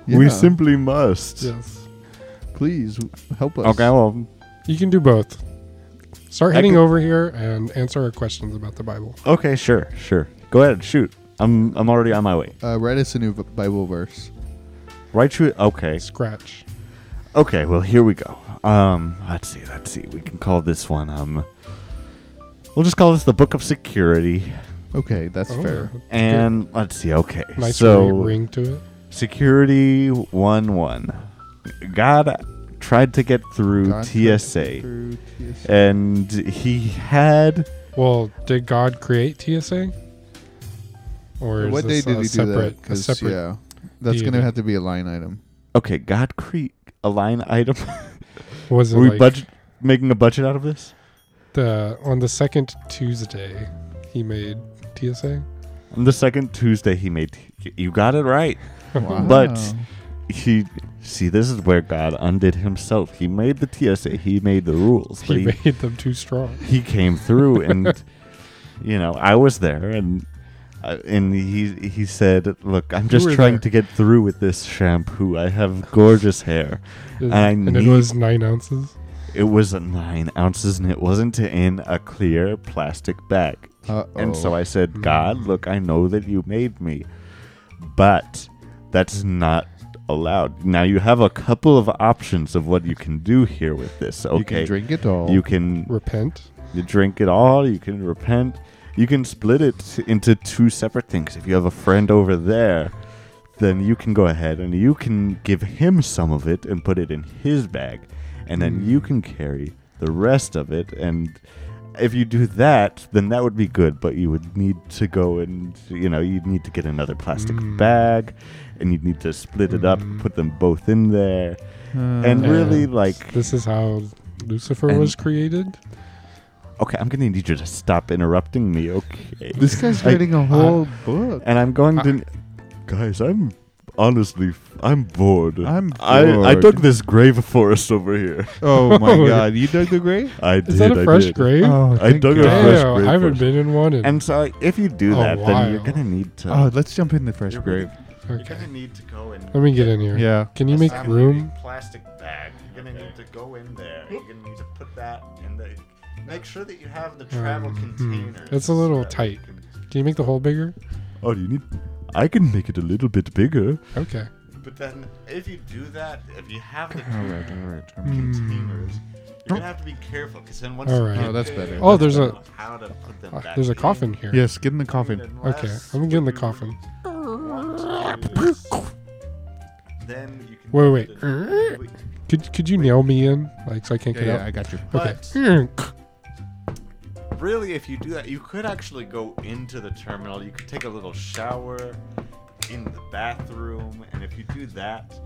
[SPEAKER 1] We
[SPEAKER 4] Yeah.
[SPEAKER 1] simply must.
[SPEAKER 5] Yes.
[SPEAKER 4] Please w- help us.
[SPEAKER 1] Okay, well,
[SPEAKER 5] You can do both. Start
[SPEAKER 1] I
[SPEAKER 5] heading
[SPEAKER 1] could-
[SPEAKER 5] over here and answer our questions about the Bible.
[SPEAKER 1] okay, sure, sure. Go ahead, shoot. I'm I'm already on my way.
[SPEAKER 4] Uh, write us a new v- Bible verse.
[SPEAKER 1] Right, you. Okay,
[SPEAKER 5] Scratch.
[SPEAKER 1] okay. Well, here we go. Um, let's see, let's see. We can call this one. Um, we'll just call this the Book of Security.
[SPEAKER 4] Okay, that's
[SPEAKER 5] Oh.
[SPEAKER 4] fair.
[SPEAKER 1] And let's see. Okay,
[SPEAKER 5] Nice
[SPEAKER 1] so
[SPEAKER 5] ring to it.
[SPEAKER 1] security one one. God tried to get through
[SPEAKER 4] God
[SPEAKER 1] TSA,
[SPEAKER 4] through TSA.
[SPEAKER 1] Uh, and he had
[SPEAKER 5] Well, did God create TSA? Or is
[SPEAKER 4] What day
[SPEAKER 5] this
[SPEAKER 4] did
[SPEAKER 5] a
[SPEAKER 4] he do
[SPEAKER 5] separate,
[SPEAKER 4] that?
[SPEAKER 5] A
[SPEAKER 4] 'Cause,
[SPEAKER 5] separate.
[SPEAKER 4] yeah, that's
[SPEAKER 5] deity.
[SPEAKER 4] gonna have to be a line item.
[SPEAKER 1] okay. God create a line item.
[SPEAKER 5] Was it
[SPEAKER 1] Are we
[SPEAKER 5] like
[SPEAKER 1] budget making a budget out of this?
[SPEAKER 5] the on the second Tuesday he made TSA?
[SPEAKER 1] On the second Tuesday, he made. You got it right.
[SPEAKER 4] Wow.
[SPEAKER 1] But- He see, this is where God undid himself. He made the TSA. He made the rules, but
[SPEAKER 5] He
[SPEAKER 1] he
[SPEAKER 5] made them too strong.
[SPEAKER 1] he came through, and you know, I was there, and uh, and he he said, "Look, I'm just
[SPEAKER 5] were
[SPEAKER 1] trying
[SPEAKER 5] there.
[SPEAKER 1] to get through with this shampoo. I have gorgeous hair.
[SPEAKER 5] And,
[SPEAKER 1] I
[SPEAKER 5] it
[SPEAKER 1] need-
[SPEAKER 5] was nine ounces.
[SPEAKER 1] It was nine ounces, and it wasn't in a clear plastic bag.
[SPEAKER 4] Uh-oh.
[SPEAKER 1] And so I
[SPEAKER 4] Oh,
[SPEAKER 1] said, God,
[SPEAKER 4] hmm.
[SPEAKER 1] look, I know that you made me, but that's not allowed. Now you have a couple of options of what you can do here with this. Okay.
[SPEAKER 4] you can drink it all.
[SPEAKER 1] You can-
[SPEAKER 5] Repent.
[SPEAKER 1] you drink it all, you can repent, you can split it into two separate things. If you have a friend over there, then you can go ahead and you can give him some of it and put it in his bag. And then you can carry the rest of it. And if you do that, then that would be good. But you would need to go and, you know, you'd need to get another plastic bag and you'd need to split it up, put them both in there.
[SPEAKER 4] Uh,
[SPEAKER 1] and
[SPEAKER 5] Yeah.
[SPEAKER 1] really, like,
[SPEAKER 5] this is how Lucifer
[SPEAKER 1] And-
[SPEAKER 5] was created.
[SPEAKER 1] okay, I'm going to need you to stop interrupting me, okay?
[SPEAKER 4] This guy's
[SPEAKER 1] I-
[SPEAKER 4] writing a whole book.
[SPEAKER 1] and I'm
[SPEAKER 5] Uh,
[SPEAKER 1] going to. guys, I'm honestly, f- I'm bored.
[SPEAKER 4] I'm
[SPEAKER 1] I, I
[SPEAKER 4] bored.
[SPEAKER 1] dug this grave for us over here.
[SPEAKER 4] Oh my
[SPEAKER 5] Oh.
[SPEAKER 4] god, you dug the grave?
[SPEAKER 1] I did.
[SPEAKER 5] Is that a
[SPEAKER 1] I
[SPEAKER 5] fresh
[SPEAKER 1] did.
[SPEAKER 5] grave?
[SPEAKER 4] Oh,
[SPEAKER 1] I
[SPEAKER 4] thank
[SPEAKER 1] dug a
[SPEAKER 4] God.
[SPEAKER 1] fresh
[SPEAKER 5] Damn,
[SPEAKER 1] grave
[SPEAKER 5] I haven't
[SPEAKER 1] first.
[SPEAKER 5] been in one. In,
[SPEAKER 1] And so, if you do
[SPEAKER 5] A
[SPEAKER 1] that, then you're
[SPEAKER 5] while.
[SPEAKER 1] gonna need to.
[SPEAKER 4] Oh, let's jump in the fresh
[SPEAKER 1] You're
[SPEAKER 4] grave.
[SPEAKER 1] You're
[SPEAKER 5] okay,
[SPEAKER 1] gonna need to go and.
[SPEAKER 5] let me get in here.
[SPEAKER 4] Yeah.
[SPEAKER 5] Can you make room?
[SPEAKER 1] Plastic bag. You're gonna need to go in there. You're gonna need to put that in the. Make sure that you have the travel containers.
[SPEAKER 5] It's Um, hmm. a little tight. Can you make the hole bigger?
[SPEAKER 1] Oh, you need. I can make it a little bit bigger.
[SPEAKER 5] Okay.
[SPEAKER 1] But then, if you do that, if you have the
[SPEAKER 4] All right, all right. all right.
[SPEAKER 1] containers, you're gonna have to be careful because then once.
[SPEAKER 5] All
[SPEAKER 1] you
[SPEAKER 5] right.
[SPEAKER 1] get
[SPEAKER 4] Hmm. Oh, that's
[SPEAKER 1] there,
[SPEAKER 4] better.
[SPEAKER 5] Oh, there's a
[SPEAKER 1] How to put them back
[SPEAKER 5] Ah, there's a
[SPEAKER 1] in.
[SPEAKER 5] coffin here.
[SPEAKER 4] Yes, get in the coffin.
[SPEAKER 5] Okay, I'm gonna get in the coffin.
[SPEAKER 1] Then you can
[SPEAKER 5] Wait, wait.
[SPEAKER 1] do the-
[SPEAKER 5] Could could you nail me in like so I can't
[SPEAKER 4] Yeah,
[SPEAKER 5] get
[SPEAKER 4] yeah, I
[SPEAKER 5] out?
[SPEAKER 4] got you.
[SPEAKER 1] But
[SPEAKER 5] Okay.
[SPEAKER 1] really, if you do that, you could actually go into the terminal. You could take a little shower in the bathroom, and if you do that,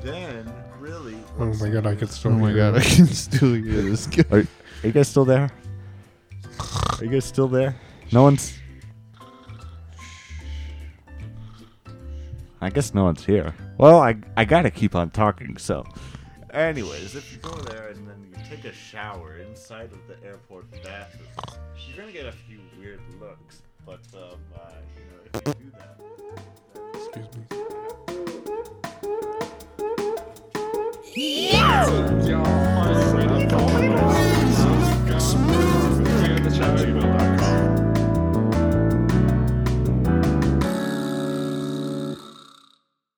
[SPEAKER 1] then really.
[SPEAKER 5] Oh my god, I could
[SPEAKER 4] Oh
[SPEAKER 5] still.
[SPEAKER 4] my
[SPEAKER 5] hear
[SPEAKER 4] god, I
[SPEAKER 5] it.
[SPEAKER 4] can still hear this guy.
[SPEAKER 1] Are, are you guys still there? Are you guys still there? No one's. I guess no one's here. Well, I I gotta keep on talking. So, anyways, if you go there and then you take a shower inside of the airport bathroom, you're gonna get a few weird looks. But um, uh, you know, if you do that.
[SPEAKER 5] Excuse me.
[SPEAKER 7] Yeah.
[SPEAKER 5] Y'all.